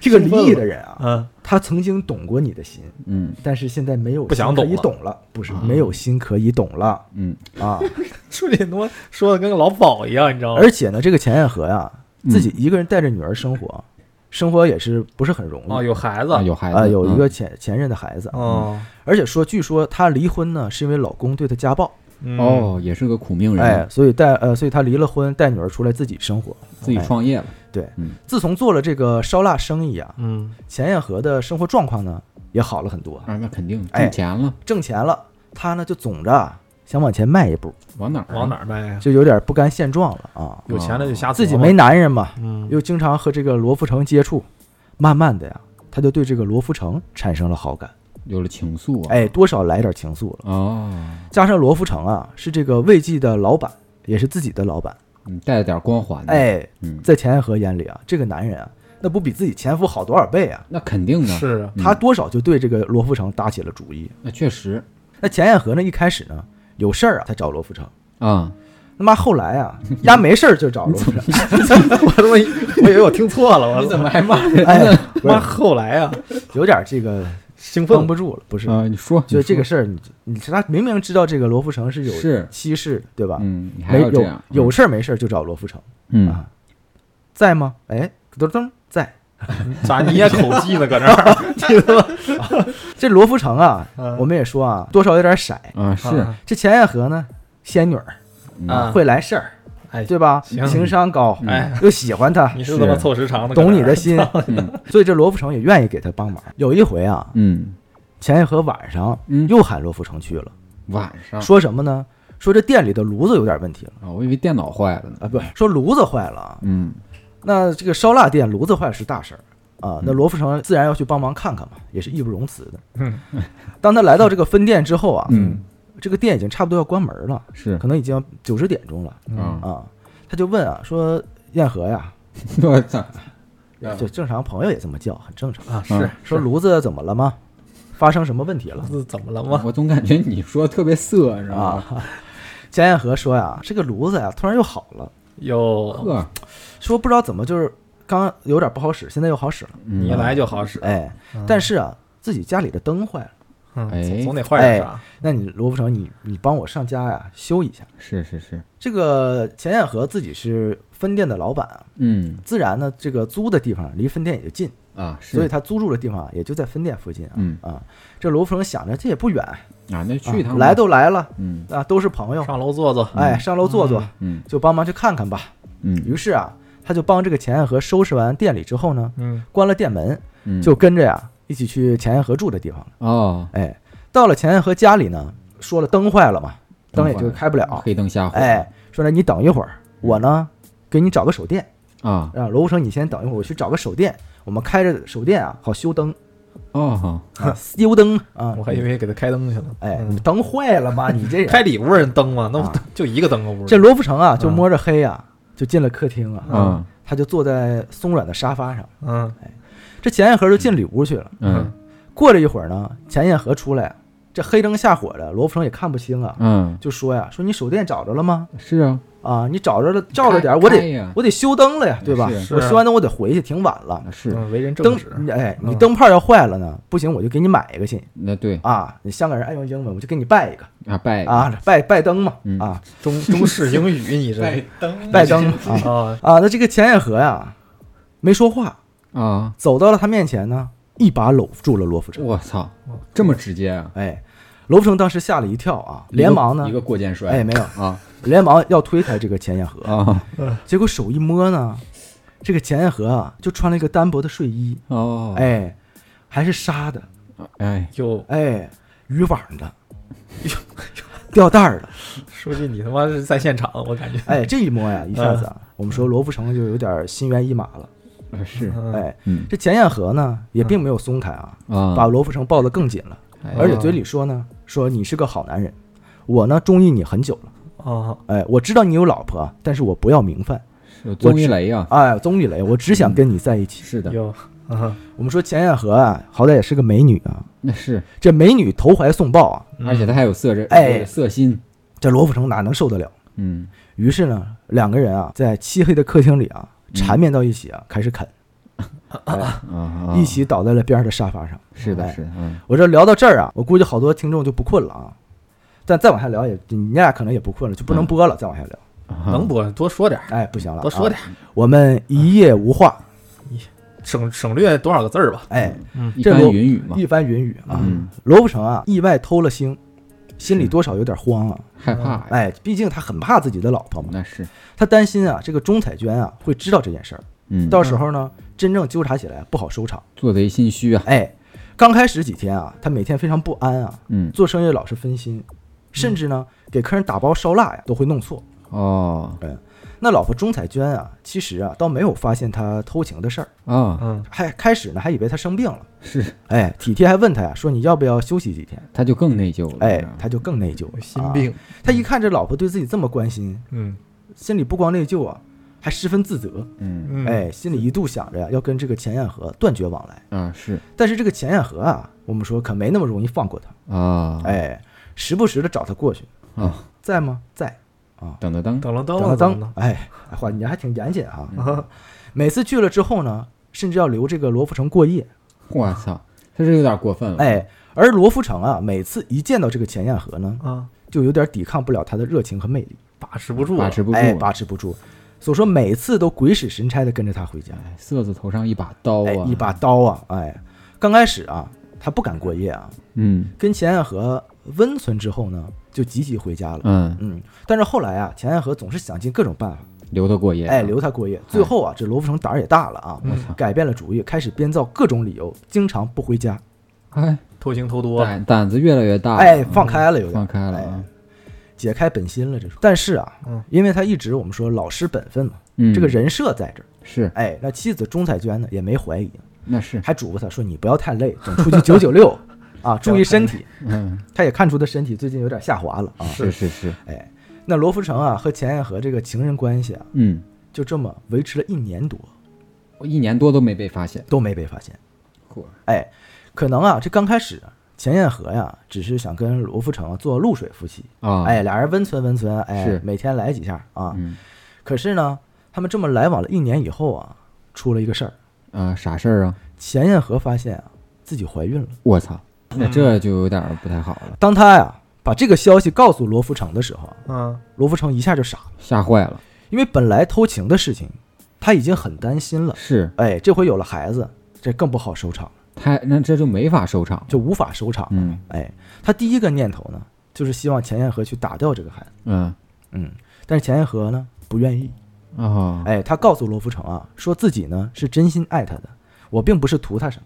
[SPEAKER 1] 这个离异的人啊，
[SPEAKER 3] 嗯，
[SPEAKER 1] 他曾经懂过你的心，
[SPEAKER 2] 嗯
[SPEAKER 1] 但是现在没有
[SPEAKER 3] 不想
[SPEAKER 1] 心可
[SPEAKER 3] 懂
[SPEAKER 1] 以
[SPEAKER 3] 了
[SPEAKER 1] 懂了，不是
[SPEAKER 2] 啊
[SPEAKER 1] 没有心可以懂 了
[SPEAKER 2] 嗯，
[SPEAKER 1] 啊！
[SPEAKER 3] 书记他妈说的跟个老鸨一样，你知道吗？
[SPEAKER 1] 而且呢，这个钱彦和呀，
[SPEAKER 2] 嗯
[SPEAKER 1] 自己一个人带着女儿生活，生活也是不是很容
[SPEAKER 3] 哦，
[SPEAKER 1] 易。
[SPEAKER 3] 有孩子
[SPEAKER 2] 啊，有孩
[SPEAKER 1] 啊，
[SPEAKER 2] 子，
[SPEAKER 1] 有一
[SPEAKER 2] 嗯
[SPEAKER 1] 个前前任的孩子，
[SPEAKER 3] 哦
[SPEAKER 1] 而且说，据说她离婚呢，是因为老公对她家暴，
[SPEAKER 3] 嗯
[SPEAKER 2] 哦，也是个苦命人，
[SPEAKER 1] 哎，所以带呃，所以她离了婚，带女儿出来自己生活，
[SPEAKER 2] 自己
[SPEAKER 1] 哎
[SPEAKER 2] 创业了，
[SPEAKER 1] 对
[SPEAKER 2] 嗯，
[SPEAKER 1] 自从做了这个烧腊生意啊，
[SPEAKER 3] 嗯
[SPEAKER 1] 钱彦和的生活状况呢也好了很多，
[SPEAKER 2] 啊，那肯定
[SPEAKER 1] 哎
[SPEAKER 2] 挣钱了，
[SPEAKER 1] 挣钱了，他呢就总着啊想往前迈一步，
[SPEAKER 2] 往哪儿？啊
[SPEAKER 3] 往哪？儿迈呀？
[SPEAKER 1] 就有点不甘现状了啊。
[SPEAKER 3] 有钱了就瞎
[SPEAKER 1] 自己
[SPEAKER 3] 琢磨
[SPEAKER 1] 没，男人嘛，
[SPEAKER 3] 嗯，
[SPEAKER 1] 又经常和这个罗富城接触，慢慢的呀，他就对这个罗富城产生了好感，
[SPEAKER 2] 有了情愫啊？
[SPEAKER 1] 哎，多少来点情愫了。
[SPEAKER 2] 哦，
[SPEAKER 1] 加上罗富城啊，是这个魏记的老板，也是自己的老板，
[SPEAKER 2] 你带了点光环的，
[SPEAKER 1] 哎，
[SPEAKER 2] 嗯，
[SPEAKER 1] 在钱爱和眼里啊，这个男人啊，那不比自己前夫好多少倍啊？
[SPEAKER 2] 那肯定的，
[SPEAKER 3] 是啊，
[SPEAKER 2] 嗯
[SPEAKER 1] 他多少就对这个罗富城打起了主意。
[SPEAKER 2] 那确实
[SPEAKER 1] 那钱爱和呢，一开始呢有事儿啊才找罗富城，
[SPEAKER 2] 啊，
[SPEAKER 1] 他妈后来啊，丫没事儿就找罗富城，
[SPEAKER 3] 我他妈以我以为我听错 了，我
[SPEAKER 2] 你
[SPEAKER 3] 操
[SPEAKER 2] 怎么还骂人
[SPEAKER 1] 哎
[SPEAKER 2] 呢？，
[SPEAKER 1] 不
[SPEAKER 3] 妈
[SPEAKER 1] 是
[SPEAKER 3] 后来啊，
[SPEAKER 1] 有点这个
[SPEAKER 3] 兴奋
[SPEAKER 1] 绷不住了，不是？
[SPEAKER 2] 啊，你说，
[SPEAKER 1] 就这个
[SPEAKER 2] 你
[SPEAKER 1] 事儿，你你他明明知道这个罗富城是有
[SPEAKER 2] 是
[SPEAKER 1] 妻室，对吧
[SPEAKER 2] 说，？嗯，你还
[SPEAKER 1] 没
[SPEAKER 2] 要这
[SPEAKER 1] 有
[SPEAKER 2] 样，
[SPEAKER 1] 有事儿没事儿就找罗富城
[SPEAKER 2] 嗯，
[SPEAKER 1] 啊，在吗？哎，噔噔在。
[SPEAKER 3] 咋你也口技呢？搁这儿，你他妈
[SPEAKER 1] 这罗富城啊，
[SPEAKER 3] 嗯
[SPEAKER 1] 我们也说啊，多少有点色。
[SPEAKER 2] 啊是，
[SPEAKER 3] 啊
[SPEAKER 1] 这钱爱和呢，仙女儿
[SPEAKER 2] 嗯
[SPEAKER 3] 啊
[SPEAKER 1] 会来事儿，
[SPEAKER 3] 哎
[SPEAKER 1] 对吧？
[SPEAKER 3] 行
[SPEAKER 1] 情商高，
[SPEAKER 3] 哎，
[SPEAKER 1] 又喜欢他，
[SPEAKER 3] 你是他妈凑时长的，
[SPEAKER 1] 懂
[SPEAKER 3] 搁
[SPEAKER 1] 你
[SPEAKER 3] 这儿
[SPEAKER 1] 的心，
[SPEAKER 2] 嗯
[SPEAKER 1] 所以这罗富城也愿意给他帮忙。有一回啊，
[SPEAKER 2] 嗯
[SPEAKER 1] 钱爱和晚上
[SPEAKER 2] 嗯，
[SPEAKER 1] 又喊罗富城去了，
[SPEAKER 2] 晚
[SPEAKER 3] 啊
[SPEAKER 2] 上
[SPEAKER 1] 说什么呢？说这店里的炉子有点问题了
[SPEAKER 2] 啊，我以为电脑坏了呢，
[SPEAKER 1] 啊，不是说炉子坏了啊。
[SPEAKER 2] 嗯
[SPEAKER 1] 那这个烧腊店炉子坏是大事儿啊，那罗富城自然要去帮忙看看嘛，也是义不容辞的。
[SPEAKER 3] 嗯，
[SPEAKER 1] 当他来到这个分店之后啊，
[SPEAKER 2] 嗯
[SPEAKER 1] 这个店已经差不多要关门了，
[SPEAKER 2] 是
[SPEAKER 1] 可能已经九十点钟了
[SPEAKER 3] 嗯
[SPEAKER 2] 啊，
[SPEAKER 1] 啊。他就问啊，说燕和呀，
[SPEAKER 2] 我操，啊
[SPEAKER 1] 就正常朋友也这么叫，很正常。
[SPEAKER 3] 啊
[SPEAKER 2] 嗯
[SPEAKER 3] 是
[SPEAKER 1] 说炉子怎么了吗？发生什么问题了？
[SPEAKER 3] 是怎么了吗？
[SPEAKER 2] 我总感觉你说特别色，你知道吗？
[SPEAKER 1] 啊，江燕和说呀，这个炉子呀突然又好了，
[SPEAKER 3] 哟，
[SPEAKER 2] 呵，
[SPEAKER 1] 说不知道怎么就是刚有点不好使，现在又好使了。
[SPEAKER 2] 你
[SPEAKER 3] 你一来就好使，
[SPEAKER 1] 哎，
[SPEAKER 3] 嗯
[SPEAKER 1] 但是啊，自己家里的灯坏了，
[SPEAKER 3] 嗯
[SPEAKER 2] 哎
[SPEAKER 3] 总总得坏点啥，
[SPEAKER 1] 那你罗不成，你你帮我上家呀修一下。
[SPEAKER 2] 是是是，
[SPEAKER 1] 这个钱燕和自己是分店的老板啊，
[SPEAKER 2] 嗯
[SPEAKER 1] 自然呢，这个租的地方离分店也就近，
[SPEAKER 2] 啊是，
[SPEAKER 1] 所以他租住的地方啊也就在分店附近啊。
[SPEAKER 2] 嗯
[SPEAKER 1] 啊，这罗福成想着这也不远，
[SPEAKER 2] 啊那去一趟
[SPEAKER 1] 啊
[SPEAKER 2] 吧
[SPEAKER 1] 来都来了
[SPEAKER 2] 嗯
[SPEAKER 1] 啊，都是朋友，
[SPEAKER 3] 上楼坐坐，
[SPEAKER 1] 哎，上楼坐坐，
[SPEAKER 2] 嗯
[SPEAKER 1] 就帮忙去看看吧。
[SPEAKER 2] 嗯
[SPEAKER 1] 于是啊，他就帮这个钱爱和收拾完店里之后呢，
[SPEAKER 3] 嗯，
[SPEAKER 1] 关了店门，
[SPEAKER 2] 嗯
[SPEAKER 1] 就跟着呀、一起去钱爱和住的地方了。
[SPEAKER 2] 哦，
[SPEAKER 1] 哎，到了钱爱和家里呢，说了灯坏了嘛，灯也就开不了。
[SPEAKER 2] 黑灯瞎火
[SPEAKER 1] 啊哎，说那你等一会儿，我呢给你找个手电，
[SPEAKER 2] 啊
[SPEAKER 1] 让罗福成你先等一会儿，我去找个手电，我们开着手电啊，好修灯，
[SPEAKER 2] 哦
[SPEAKER 1] 啊， 修灯啊
[SPEAKER 3] 嗯我。还以为给他开灯去了，
[SPEAKER 1] 哎，
[SPEAKER 3] 嗯
[SPEAKER 1] 你灯坏了吗？你这人
[SPEAKER 3] 开里嗯屋人灯嘛，那不
[SPEAKER 1] 啊
[SPEAKER 3] 就一个灯个屋，
[SPEAKER 1] 这罗福成啊，就摸着黑啊，就进了客厅啊，
[SPEAKER 2] 啊
[SPEAKER 1] 他就坐在松软的沙发上。
[SPEAKER 3] 嗯
[SPEAKER 1] 这钱彦和就进里屋去了。
[SPEAKER 2] 嗯
[SPEAKER 1] 过了一会儿呢，钱彦和出来啊，这黑灯瞎火的，罗福成也看不清啊，
[SPEAKER 2] 嗯
[SPEAKER 1] 就说呀：“说你手电找着了吗？
[SPEAKER 2] 是啊
[SPEAKER 1] 啊，你找着了，照着点儿，
[SPEAKER 2] 开
[SPEAKER 1] 我
[SPEAKER 2] 开
[SPEAKER 1] 得
[SPEAKER 2] 呀
[SPEAKER 1] 我得修灯了呀，对吧？
[SPEAKER 2] 是
[SPEAKER 3] 是
[SPEAKER 1] 我修完灯我得回去，挺晚了。
[SPEAKER 2] 那是
[SPEAKER 3] 嗯为人正
[SPEAKER 1] 灯
[SPEAKER 3] 直，，
[SPEAKER 1] 哎，你
[SPEAKER 3] 嗯
[SPEAKER 1] 灯泡要坏了呢，不行，我就给你买一个去
[SPEAKER 2] 那对
[SPEAKER 1] 啊。你香港人爱用英文，我就给你拜一个
[SPEAKER 2] 啊拜
[SPEAKER 1] 啊，拜拜灯嘛
[SPEAKER 2] 嗯
[SPEAKER 1] 啊，
[SPEAKER 3] 中中式英语，你这
[SPEAKER 2] 灯
[SPEAKER 1] 拜 灯啊。”
[SPEAKER 3] 啊，
[SPEAKER 1] 啊，那这个钱也和呀，没说话，
[SPEAKER 2] 啊
[SPEAKER 1] 走到了他面前呢，一把搂住了罗福成。
[SPEAKER 2] 我操这么直接啊
[SPEAKER 1] 哎，罗福成当时吓了一跳啊，连忙呢
[SPEAKER 2] 一，个过肩摔
[SPEAKER 1] 哎，没有，
[SPEAKER 2] 啊
[SPEAKER 1] 连忙要推开这个钱彦和，
[SPEAKER 2] 啊
[SPEAKER 1] 结果手一摸呢，这个钱彦和啊，就穿了一个单薄的睡衣，
[SPEAKER 2] 哦
[SPEAKER 1] 哎，还是纱的，
[SPEAKER 2] 哎
[SPEAKER 3] 哟，
[SPEAKER 1] 哎，渔网的， 吊带儿的，
[SPEAKER 3] 书记你他妈是在现场，我感觉，
[SPEAKER 1] 哎，这一摸呀，一下子啊，我们说罗福成就有点心猿意马了，
[SPEAKER 2] 啊是
[SPEAKER 3] 嗯，
[SPEAKER 1] 哎，
[SPEAKER 2] 嗯
[SPEAKER 1] 这钱彦和呢，也并没有松开啊，把
[SPEAKER 2] 啊
[SPEAKER 1] 罗富城抱得更紧了，
[SPEAKER 2] 哎
[SPEAKER 1] 而且嘴里说呢，说你是个好男人，我呢中意你很久了，
[SPEAKER 3] 啊，
[SPEAKER 1] 哎，我知道你有老婆，但是我不要名分，
[SPEAKER 2] 有综艺雷呀
[SPEAKER 1] 哎，宗玉磊，我只想跟你在一起。
[SPEAKER 2] 是的
[SPEAKER 3] 哟，啊，
[SPEAKER 1] 我们说钱彦和啊，好歹也是个美女啊，
[SPEAKER 2] 那是
[SPEAKER 1] 这美女投怀送抱啊，
[SPEAKER 2] 而且他还有色这
[SPEAKER 1] 哎
[SPEAKER 2] 色心
[SPEAKER 1] 这罗富城哪能受得了？
[SPEAKER 2] 嗯
[SPEAKER 1] 于是呢，两个人啊，在漆黑的客厅里啊，缠绵到一起啊，开始啃，哎
[SPEAKER 2] 嗯啊啊
[SPEAKER 1] 一起倒在了边上的沙发上。
[SPEAKER 2] 是的
[SPEAKER 1] 哎
[SPEAKER 2] 是的嗯
[SPEAKER 1] 我这聊到这儿啊，我估计好多听众就不困了啊，但再往下聊也，你俩可能也不困了，就不能播了。再往下聊。
[SPEAKER 3] 嗯能播多说点儿，
[SPEAKER 1] 哎，不行了，
[SPEAKER 3] 多说
[SPEAKER 1] 嗯啊
[SPEAKER 3] 点儿，
[SPEAKER 1] 我们一夜无话，
[SPEAKER 3] 省省略多少个字儿吧，
[SPEAKER 1] 哎，
[SPEAKER 2] 啊一
[SPEAKER 1] 这
[SPEAKER 2] 番
[SPEAKER 1] 罗
[SPEAKER 2] 云雨嘛
[SPEAKER 1] 一番云雨啊。
[SPEAKER 2] 嗯
[SPEAKER 1] 罗不成啊，意外偷了星，心里多少有点慌啊。
[SPEAKER 2] 害怕呀
[SPEAKER 1] 哎，毕竟他很怕自己的老婆嘛，
[SPEAKER 2] 那是
[SPEAKER 1] 他担心啊，这个钟彩娟啊会知道这件事儿，
[SPEAKER 2] 嗯
[SPEAKER 1] 到时候呢，真正纠缠起来不好收场。
[SPEAKER 2] 做贼心虚啊
[SPEAKER 1] 哎，刚开始几天啊，他每天非常不安啊，
[SPEAKER 2] 嗯
[SPEAKER 1] 做生意老是分心，甚至呢给客人打包烧腊呀都会弄错。
[SPEAKER 2] 哦
[SPEAKER 1] 那老婆钟彩娟啊，其实啊倒没有发现他偷情的事儿，
[SPEAKER 2] 啊，
[SPEAKER 3] 嗯，
[SPEAKER 1] 还开始呢还以为他生病了，
[SPEAKER 2] 是，
[SPEAKER 1] 哎，体贴还问他呀说你要不要休息几天？
[SPEAKER 2] 他就更内疚了。
[SPEAKER 1] 哎，他就更内疚了，
[SPEAKER 3] 心
[SPEAKER 1] 啊
[SPEAKER 3] 病，
[SPEAKER 1] 他一看这老婆对自己这么关心，
[SPEAKER 3] 嗯
[SPEAKER 1] 心里不光内疚啊，还十分自责。
[SPEAKER 2] 嗯
[SPEAKER 3] 嗯，
[SPEAKER 1] 哎，心里一度想着呀，要跟这个钱彦和断绝往来。
[SPEAKER 2] 啊是
[SPEAKER 1] 但是这个钱彦和啊，我们说可没那么容易放过他。
[SPEAKER 2] 啊，
[SPEAKER 1] 哎，时不时的找他过去，
[SPEAKER 2] 啊，
[SPEAKER 1] 在吗？在啊，
[SPEAKER 2] 等着当
[SPEAKER 3] 等了等
[SPEAKER 1] 等
[SPEAKER 3] 了
[SPEAKER 1] 他
[SPEAKER 3] 等了
[SPEAKER 1] 当。哎，哎话你还挺严谨啊。
[SPEAKER 3] 啊，
[SPEAKER 1] 每次去了之后呢，甚至要留这个罗福成过夜。
[SPEAKER 2] 我操，他是有点过分了。
[SPEAKER 1] 哎，而罗福成啊，每次一见到这个钱彦和呢，
[SPEAKER 3] 啊，
[SPEAKER 1] 就有点抵抗不了他的热情和魅力，
[SPEAKER 3] 把持不住了，
[SPEAKER 2] 把持不住啊
[SPEAKER 1] 哎，
[SPEAKER 2] 了，
[SPEAKER 1] 把持不住。所以说每次都鬼使神差的跟着他回家。
[SPEAKER 2] 哎色字头上一把刀
[SPEAKER 1] 哎
[SPEAKER 2] 啊，，
[SPEAKER 1] 一把刀啊，哎，刚开始啊，他不敢过夜啊，
[SPEAKER 2] 嗯
[SPEAKER 1] 跟钱彦和温存之后呢，就积极回家了。
[SPEAKER 2] 嗯，
[SPEAKER 1] 嗯，但是后来啊，钱彦和总是想尽各种办法，
[SPEAKER 2] 留他过夜。
[SPEAKER 1] 哎，留他过夜。最后啊，这罗福成胆儿也大了啊，
[SPEAKER 3] 嗯
[SPEAKER 1] 改变了主意，开始编造各种理由，经常不回家。
[SPEAKER 2] 哎，
[SPEAKER 3] 偷情偷多了，
[SPEAKER 2] 胆胆子越来越大。
[SPEAKER 1] 哎，放开了有点哎
[SPEAKER 2] 放，开了啊，
[SPEAKER 1] 解开本心了这是。但是啊
[SPEAKER 3] 嗯，
[SPEAKER 1] 因为他一直我们说老实本分嘛，
[SPEAKER 2] 嗯，
[SPEAKER 1] 这个人设在这儿。
[SPEAKER 2] 是
[SPEAKER 1] 哎，那妻子钟彩娟呢也没怀疑，
[SPEAKER 2] 那是
[SPEAKER 1] 还嘱咐他说：“你不要太累，总出去九九六啊，注意身体。”
[SPEAKER 2] 嗯
[SPEAKER 1] 他也看出他身体最近有点下滑了啊。
[SPEAKER 2] 是是是
[SPEAKER 1] 哎，那罗福成啊和钱彦和这个情人关系啊，
[SPEAKER 2] 嗯，
[SPEAKER 1] 就这么维持了一年多
[SPEAKER 2] 我一年多都没被发现。
[SPEAKER 1] 都没被发现。
[SPEAKER 2] 嚯
[SPEAKER 1] 哎，可能啊这刚开始啊钱彦和呀只是想跟罗福成啊做露水夫妻，
[SPEAKER 2] 啊，
[SPEAKER 1] 哎，俩人温存温存，哎
[SPEAKER 2] 是，
[SPEAKER 1] 每天来几下啊。
[SPEAKER 2] 嗯
[SPEAKER 1] 可是呢，他们这么来往了一年以后啊，出了一个事儿，
[SPEAKER 2] 啊，啥事儿啊？
[SPEAKER 1] 钱彦和发现啊自己怀孕了。
[SPEAKER 2] 我操，那这就有点儿不太好了，
[SPEAKER 1] 当他呀把这个消息告诉罗福成的时候啊，
[SPEAKER 3] 啊，
[SPEAKER 1] 罗福成一下就傻了。
[SPEAKER 2] 吓坏了。
[SPEAKER 1] 因为本来偷情的事情，他已经很担心了。
[SPEAKER 2] 是
[SPEAKER 1] 哎，这回有了孩子，这更不好收场，
[SPEAKER 2] 他那这就没法收场。
[SPEAKER 1] 就无法收场。
[SPEAKER 2] 嗯
[SPEAKER 1] 哎，他第一个念头呢，就是希望钱彦和去打掉这个孩子。
[SPEAKER 2] 嗯
[SPEAKER 1] 嗯，但是钱彦和呢不愿意。
[SPEAKER 2] 啊
[SPEAKER 1] 哎，他告诉罗福成啊，说自己呢是真心爱他的，我并不是图他什么，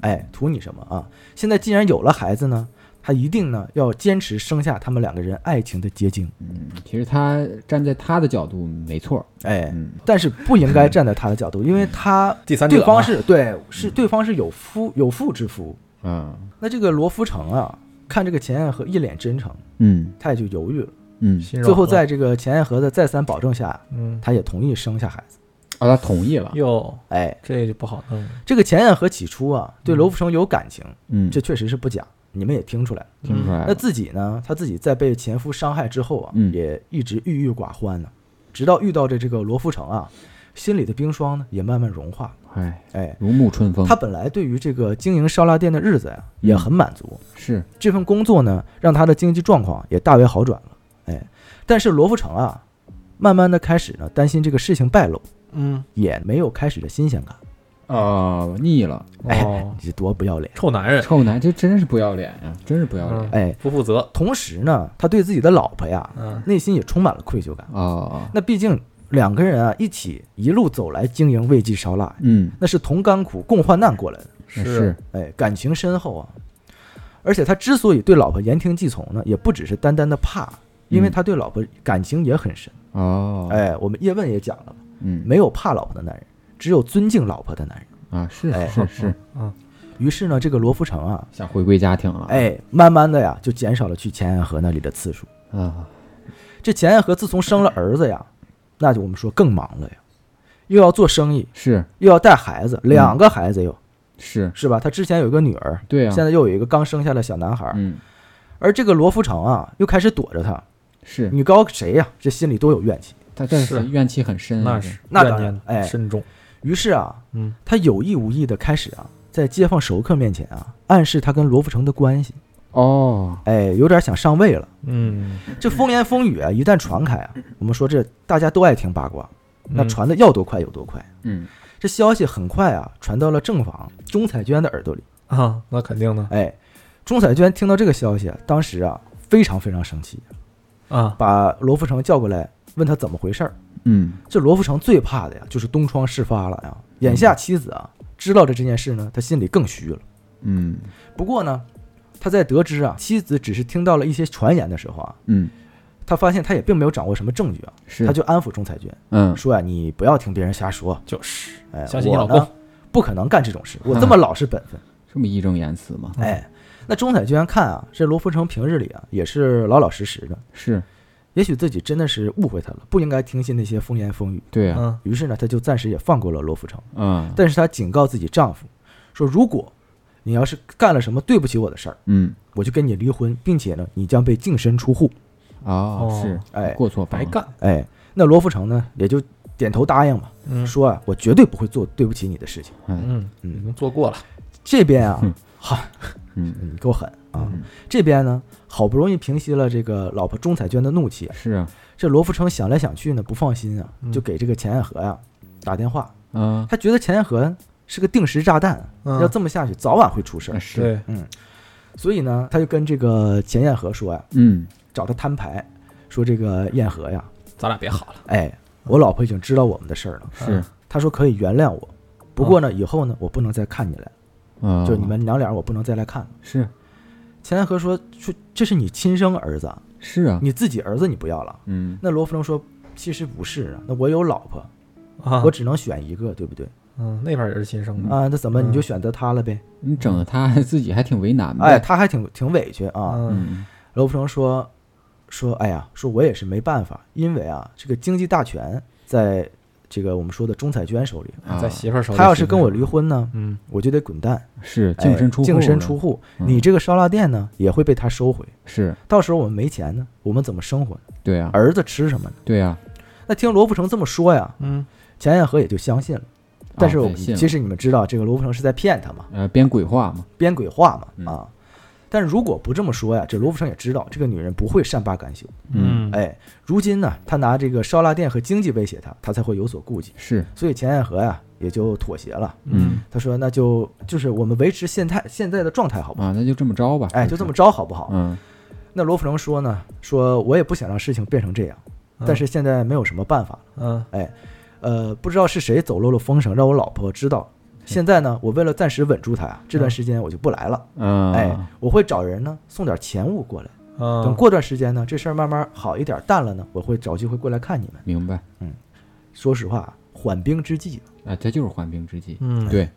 [SPEAKER 1] 哎，图你什么啊？现在既然有了孩子呢，他一定呢要坚持生下他们两个人爱情的结晶。
[SPEAKER 2] 嗯，其实他站在他的角度没错儿。
[SPEAKER 1] 哎，
[SPEAKER 2] 嗯
[SPEAKER 1] 但是不应该站在他的角度，因为他
[SPEAKER 3] 第嗯三者啊
[SPEAKER 1] 对
[SPEAKER 3] 嘛
[SPEAKER 1] 方是对是对方是有夫有妇之夫。
[SPEAKER 2] 嗯
[SPEAKER 1] 那这个罗福成啊，看这个钱彦和一脸真诚，
[SPEAKER 2] 嗯
[SPEAKER 1] 他也就犹豫了。
[SPEAKER 2] 嗯
[SPEAKER 3] 心软
[SPEAKER 1] 最后
[SPEAKER 3] 了
[SPEAKER 1] 在这个钱彦和的再三保证下，
[SPEAKER 3] 嗯，
[SPEAKER 1] 他也同意生下孩子。
[SPEAKER 2] 啊，他同意了。
[SPEAKER 3] 哟，
[SPEAKER 1] 哎，
[SPEAKER 3] 这就不好弄了，
[SPEAKER 1] 这个钱彦和起初啊对
[SPEAKER 3] 嗯
[SPEAKER 1] 罗福成有感情，
[SPEAKER 2] 嗯，
[SPEAKER 1] 这确实是不假，你们也听出来了。
[SPEAKER 2] 听出
[SPEAKER 3] 哎
[SPEAKER 2] 来
[SPEAKER 1] 那
[SPEAKER 2] 了。
[SPEAKER 1] 自己呢，他自己在被前夫伤害之后啊，
[SPEAKER 2] 嗯
[SPEAKER 1] 也一直郁郁寡欢呢、直到遇到这这个罗福成啊，心里的冰霜呢也慢慢融化了。
[SPEAKER 2] 哎，
[SPEAKER 1] 哎，
[SPEAKER 2] 如沐春
[SPEAKER 3] 嗯
[SPEAKER 2] 风。
[SPEAKER 1] 他本来对于这个经营烧腊店的日子呀、也很满足，
[SPEAKER 2] 是
[SPEAKER 1] 这份工作呢，让他的经济状况也大为好转了。哎，但是罗富城啊，慢慢的开始呢担心这个事情败露，
[SPEAKER 3] 嗯，
[SPEAKER 1] 也没有开始的新鲜感。哎
[SPEAKER 2] 啊，腻了。
[SPEAKER 3] 哦，
[SPEAKER 1] 你这多不要脸！
[SPEAKER 3] 臭男人，
[SPEAKER 2] 臭男，这真是不要脸呀，真是不要脸
[SPEAKER 3] 嗯
[SPEAKER 1] 哎，
[SPEAKER 3] 不负责，
[SPEAKER 1] 同时呢，他对自己的老婆呀，
[SPEAKER 3] 嗯
[SPEAKER 1] 内心也充满了愧疚感。
[SPEAKER 2] 啊。
[SPEAKER 1] 那毕竟两个人啊一起一路走来经营味记烧腊，
[SPEAKER 2] 嗯，
[SPEAKER 1] 那是同甘苦共患难过来的，
[SPEAKER 2] 是
[SPEAKER 1] 哎，感情深厚啊。而且他之所以对老婆言听计从呢，也不只是单单的怕，因为
[SPEAKER 2] 嗯
[SPEAKER 1] 他对老婆感情也很深。
[SPEAKER 2] 哦。
[SPEAKER 1] 哎，我们叶问也讲了。
[SPEAKER 2] 嗯
[SPEAKER 1] 没有怕老婆的男人，只有尊敬老婆的男人。
[SPEAKER 2] 啊，是
[SPEAKER 1] 哎
[SPEAKER 2] 是是，
[SPEAKER 1] 于是呢，这个罗福成啊，
[SPEAKER 2] 想回归家庭了。
[SPEAKER 1] 哎，慢慢的呀，就减少了去钱彦和那里的次数。
[SPEAKER 2] 啊，
[SPEAKER 1] 这钱彦和自从生了儿子呀，那就我们说更忙了呀，又要做生意，
[SPEAKER 2] 是
[SPEAKER 1] 又要带孩子，两个孩子又、
[SPEAKER 2] 是，
[SPEAKER 1] 是吧？他之前有一个女儿，
[SPEAKER 2] 嗯对啊。
[SPEAKER 1] 现在又有一个刚生下的小男孩，
[SPEAKER 2] 嗯，
[SPEAKER 1] 而这个罗福成啊，又开始躲着他。
[SPEAKER 2] 是
[SPEAKER 1] 你告谁呀、这心里都有怨气。
[SPEAKER 2] 他这
[SPEAKER 3] 是
[SPEAKER 2] 怨气很深啊，
[SPEAKER 3] 那
[SPEAKER 2] 这
[SPEAKER 3] 是
[SPEAKER 1] 那
[SPEAKER 3] 怨
[SPEAKER 1] 当然
[SPEAKER 3] 念
[SPEAKER 1] 哎
[SPEAKER 3] 深重，
[SPEAKER 1] 于是啊，
[SPEAKER 3] 嗯，
[SPEAKER 1] 他有意无意的开始啊，在街坊熟客面前啊，暗示他跟罗福成的关系，
[SPEAKER 2] 哦，
[SPEAKER 1] 哎，有点想上位了。
[SPEAKER 3] 嗯，
[SPEAKER 1] 这风言风语啊，一旦传开啊，我们说这大家都爱听八卦，那
[SPEAKER 3] 嗯
[SPEAKER 1] 传的要多快有多快。
[SPEAKER 2] 嗯，
[SPEAKER 1] 这消息很快啊，传到了正房钟彩娟的耳朵里。
[SPEAKER 3] 啊，那肯定的
[SPEAKER 1] 哎，钟彩娟听到这个消息啊，当时啊非常非常生气，
[SPEAKER 3] 啊，
[SPEAKER 1] 把罗富成叫过来问他怎么回事儿。
[SPEAKER 2] 嗯，
[SPEAKER 1] 这罗富成最怕的呀，就是东窗事发了呀。
[SPEAKER 3] 嗯
[SPEAKER 1] 眼下妻子啊知道了这件事呢，他心里更虚了。
[SPEAKER 2] 嗯，
[SPEAKER 1] 不过呢，他在得知啊妻子只是听到了一些传言的时候啊，
[SPEAKER 2] 嗯，
[SPEAKER 1] 他发现他也并没有掌握什么证据啊，
[SPEAKER 2] 是
[SPEAKER 1] 他，就安抚仲裁君
[SPEAKER 2] 嗯，
[SPEAKER 1] 说呀、啊你不要听别人瞎说，
[SPEAKER 3] 就是
[SPEAKER 1] 哎，
[SPEAKER 3] 相信你
[SPEAKER 1] 我
[SPEAKER 3] 老公嗯
[SPEAKER 1] 呢不可能干这种事，我这么老实本分，
[SPEAKER 2] 这么义正言辞吗？
[SPEAKER 1] 哎，那仲裁君看啊，这罗福成平日里啊也是老老实实的，
[SPEAKER 2] 是，
[SPEAKER 1] 也许自己真的是误会他了，不应该听信那些风言风语。
[SPEAKER 2] 对啊，
[SPEAKER 3] 嗯
[SPEAKER 1] 于是呢，他就暂时也放过了罗福成，
[SPEAKER 2] 嗯，
[SPEAKER 1] 但是他警告自己丈夫说，如果你要是干了什么对不起我的事儿，
[SPEAKER 2] 嗯，
[SPEAKER 1] 我就跟你离婚，并且呢，你将被净身出户。
[SPEAKER 2] 哦
[SPEAKER 3] 哦，
[SPEAKER 2] 是，
[SPEAKER 1] 哎
[SPEAKER 2] 过错方
[SPEAKER 3] 白
[SPEAKER 2] 了，
[SPEAKER 3] 干，
[SPEAKER 1] 哎，那罗福成呢也就点头答应嘛，
[SPEAKER 3] 嗯
[SPEAKER 1] 说啊，我绝对不会做对不起你的事情。
[SPEAKER 2] 嗯
[SPEAKER 3] 嗯，已
[SPEAKER 1] 嗯，
[SPEAKER 3] 经做过了，
[SPEAKER 1] 这边啊
[SPEAKER 2] 嗯，
[SPEAKER 1] 好，
[SPEAKER 2] 嗯，
[SPEAKER 1] 你够狠啊
[SPEAKER 2] 嗯！
[SPEAKER 1] 这边呢，好不容易平息了这个老婆钟彩娟的怒气，
[SPEAKER 2] 是啊，
[SPEAKER 1] 这罗福成想来想去呢，不放心啊，
[SPEAKER 3] 嗯
[SPEAKER 1] 就给这个钱爱和呀、打电话。
[SPEAKER 2] 啊，
[SPEAKER 1] 他觉得钱爱和是个定时炸弹，啊
[SPEAKER 3] 嗯
[SPEAKER 1] 要这么下去早晚会出事儿
[SPEAKER 2] 啊。是，，
[SPEAKER 1] 嗯，所以呢，他就跟这个钱彦和说呀、
[SPEAKER 2] 嗯，
[SPEAKER 1] 找他摊牌，说这个彦和呀，
[SPEAKER 3] 咱俩别好了，
[SPEAKER 1] 哎，我老婆已经知道我们的事儿了，
[SPEAKER 2] 是，
[SPEAKER 1] 她说可以原谅我，不过
[SPEAKER 3] 嗯
[SPEAKER 1] 呢，以后呢，我不能再看你来，
[SPEAKER 2] 啊，
[SPEAKER 3] 哦
[SPEAKER 1] 就你们娘俩，我不能再来看了。
[SPEAKER 2] 是
[SPEAKER 1] 钱彦和说说这是你亲生儿子啊，
[SPEAKER 3] 嗯
[SPEAKER 2] 是啊，
[SPEAKER 1] 你自己儿子你不要了。
[SPEAKER 2] 嗯，
[SPEAKER 1] 那罗福成说其实不是啊，那我有老婆，
[SPEAKER 3] 啊
[SPEAKER 1] 我只能选一个，对不对？
[SPEAKER 3] 嗯那边也是亲生的，
[SPEAKER 1] 啊，那怎么你就
[SPEAKER 3] 嗯
[SPEAKER 1] 选择他了呗？
[SPEAKER 2] 你整的他还自己还挺为难的，
[SPEAKER 1] 哎，，他还挺挺委屈啊。
[SPEAKER 3] 嗯
[SPEAKER 2] 嗯，
[SPEAKER 1] 罗福成说说，哎呀，说我也是没办法，因为啊，这个经济大权在这个我们说的钟彩娟手里，
[SPEAKER 2] 啊
[SPEAKER 3] 在媳妇儿手里，
[SPEAKER 1] 他要是跟我离婚呢，
[SPEAKER 3] 嗯，
[SPEAKER 1] 我就得滚蛋，
[SPEAKER 2] 是
[SPEAKER 1] 哎
[SPEAKER 2] 净身出户了，
[SPEAKER 1] 净身出户。
[SPEAKER 2] 嗯
[SPEAKER 1] 你这个烧腊店呢，也会被他收回。
[SPEAKER 2] 是，
[SPEAKER 1] 到时候我们没钱呢，我们怎么生活呢？
[SPEAKER 2] 对啊，
[SPEAKER 1] 儿子吃什么呢？
[SPEAKER 2] 对啊，
[SPEAKER 1] 那听罗福成这么说呀，
[SPEAKER 3] 嗯
[SPEAKER 1] 钱彦和也就相信了。但是我
[SPEAKER 2] 啊
[SPEAKER 1] 们
[SPEAKER 2] 对信了
[SPEAKER 1] 其实你们知道，这个罗福成是在骗他嘛。
[SPEAKER 2] 呃编鬼话嘛，
[SPEAKER 1] 编鬼话
[SPEAKER 2] 嗯
[SPEAKER 1] 嘛啊。但如果不这么说呀，这罗福成也知道这个女人不会善罢甘休。
[SPEAKER 2] 嗯，
[SPEAKER 1] 哎，如今呢，他拿这个烧腊店和经济威胁她，她才会有所顾忌。
[SPEAKER 2] 是，
[SPEAKER 1] 所以钱爱和呀也就妥协了。
[SPEAKER 2] 嗯
[SPEAKER 1] 他说：“那就就是我们维持现态现在的状态，好不好？
[SPEAKER 2] 啊，那就这么着吧，
[SPEAKER 1] 哎，
[SPEAKER 2] 是
[SPEAKER 1] 就
[SPEAKER 2] 不
[SPEAKER 1] 这么
[SPEAKER 2] 是，
[SPEAKER 1] 着，好不好
[SPEAKER 2] 嗯，？”
[SPEAKER 1] 那罗福成说呢：“说我也不想让事情变成这样，但是现在没有什么办法。
[SPEAKER 3] 嗯
[SPEAKER 1] 呃，不知道是谁走漏了风声，让我老婆知道了。现在呢，我为了暂时稳住她呀，这段时间我就不来了。
[SPEAKER 2] 嗯，
[SPEAKER 1] 哎，我会找人呢送点钱物过来。”
[SPEAKER 3] 嗯，
[SPEAKER 1] 等过段时间呢，这事儿慢慢好一点淡了呢，我会找机会过来看你们。
[SPEAKER 2] 明白，
[SPEAKER 1] 说实话，缓兵之计。
[SPEAKER 2] 啊，他就是缓兵之计，
[SPEAKER 3] 嗯
[SPEAKER 2] 对，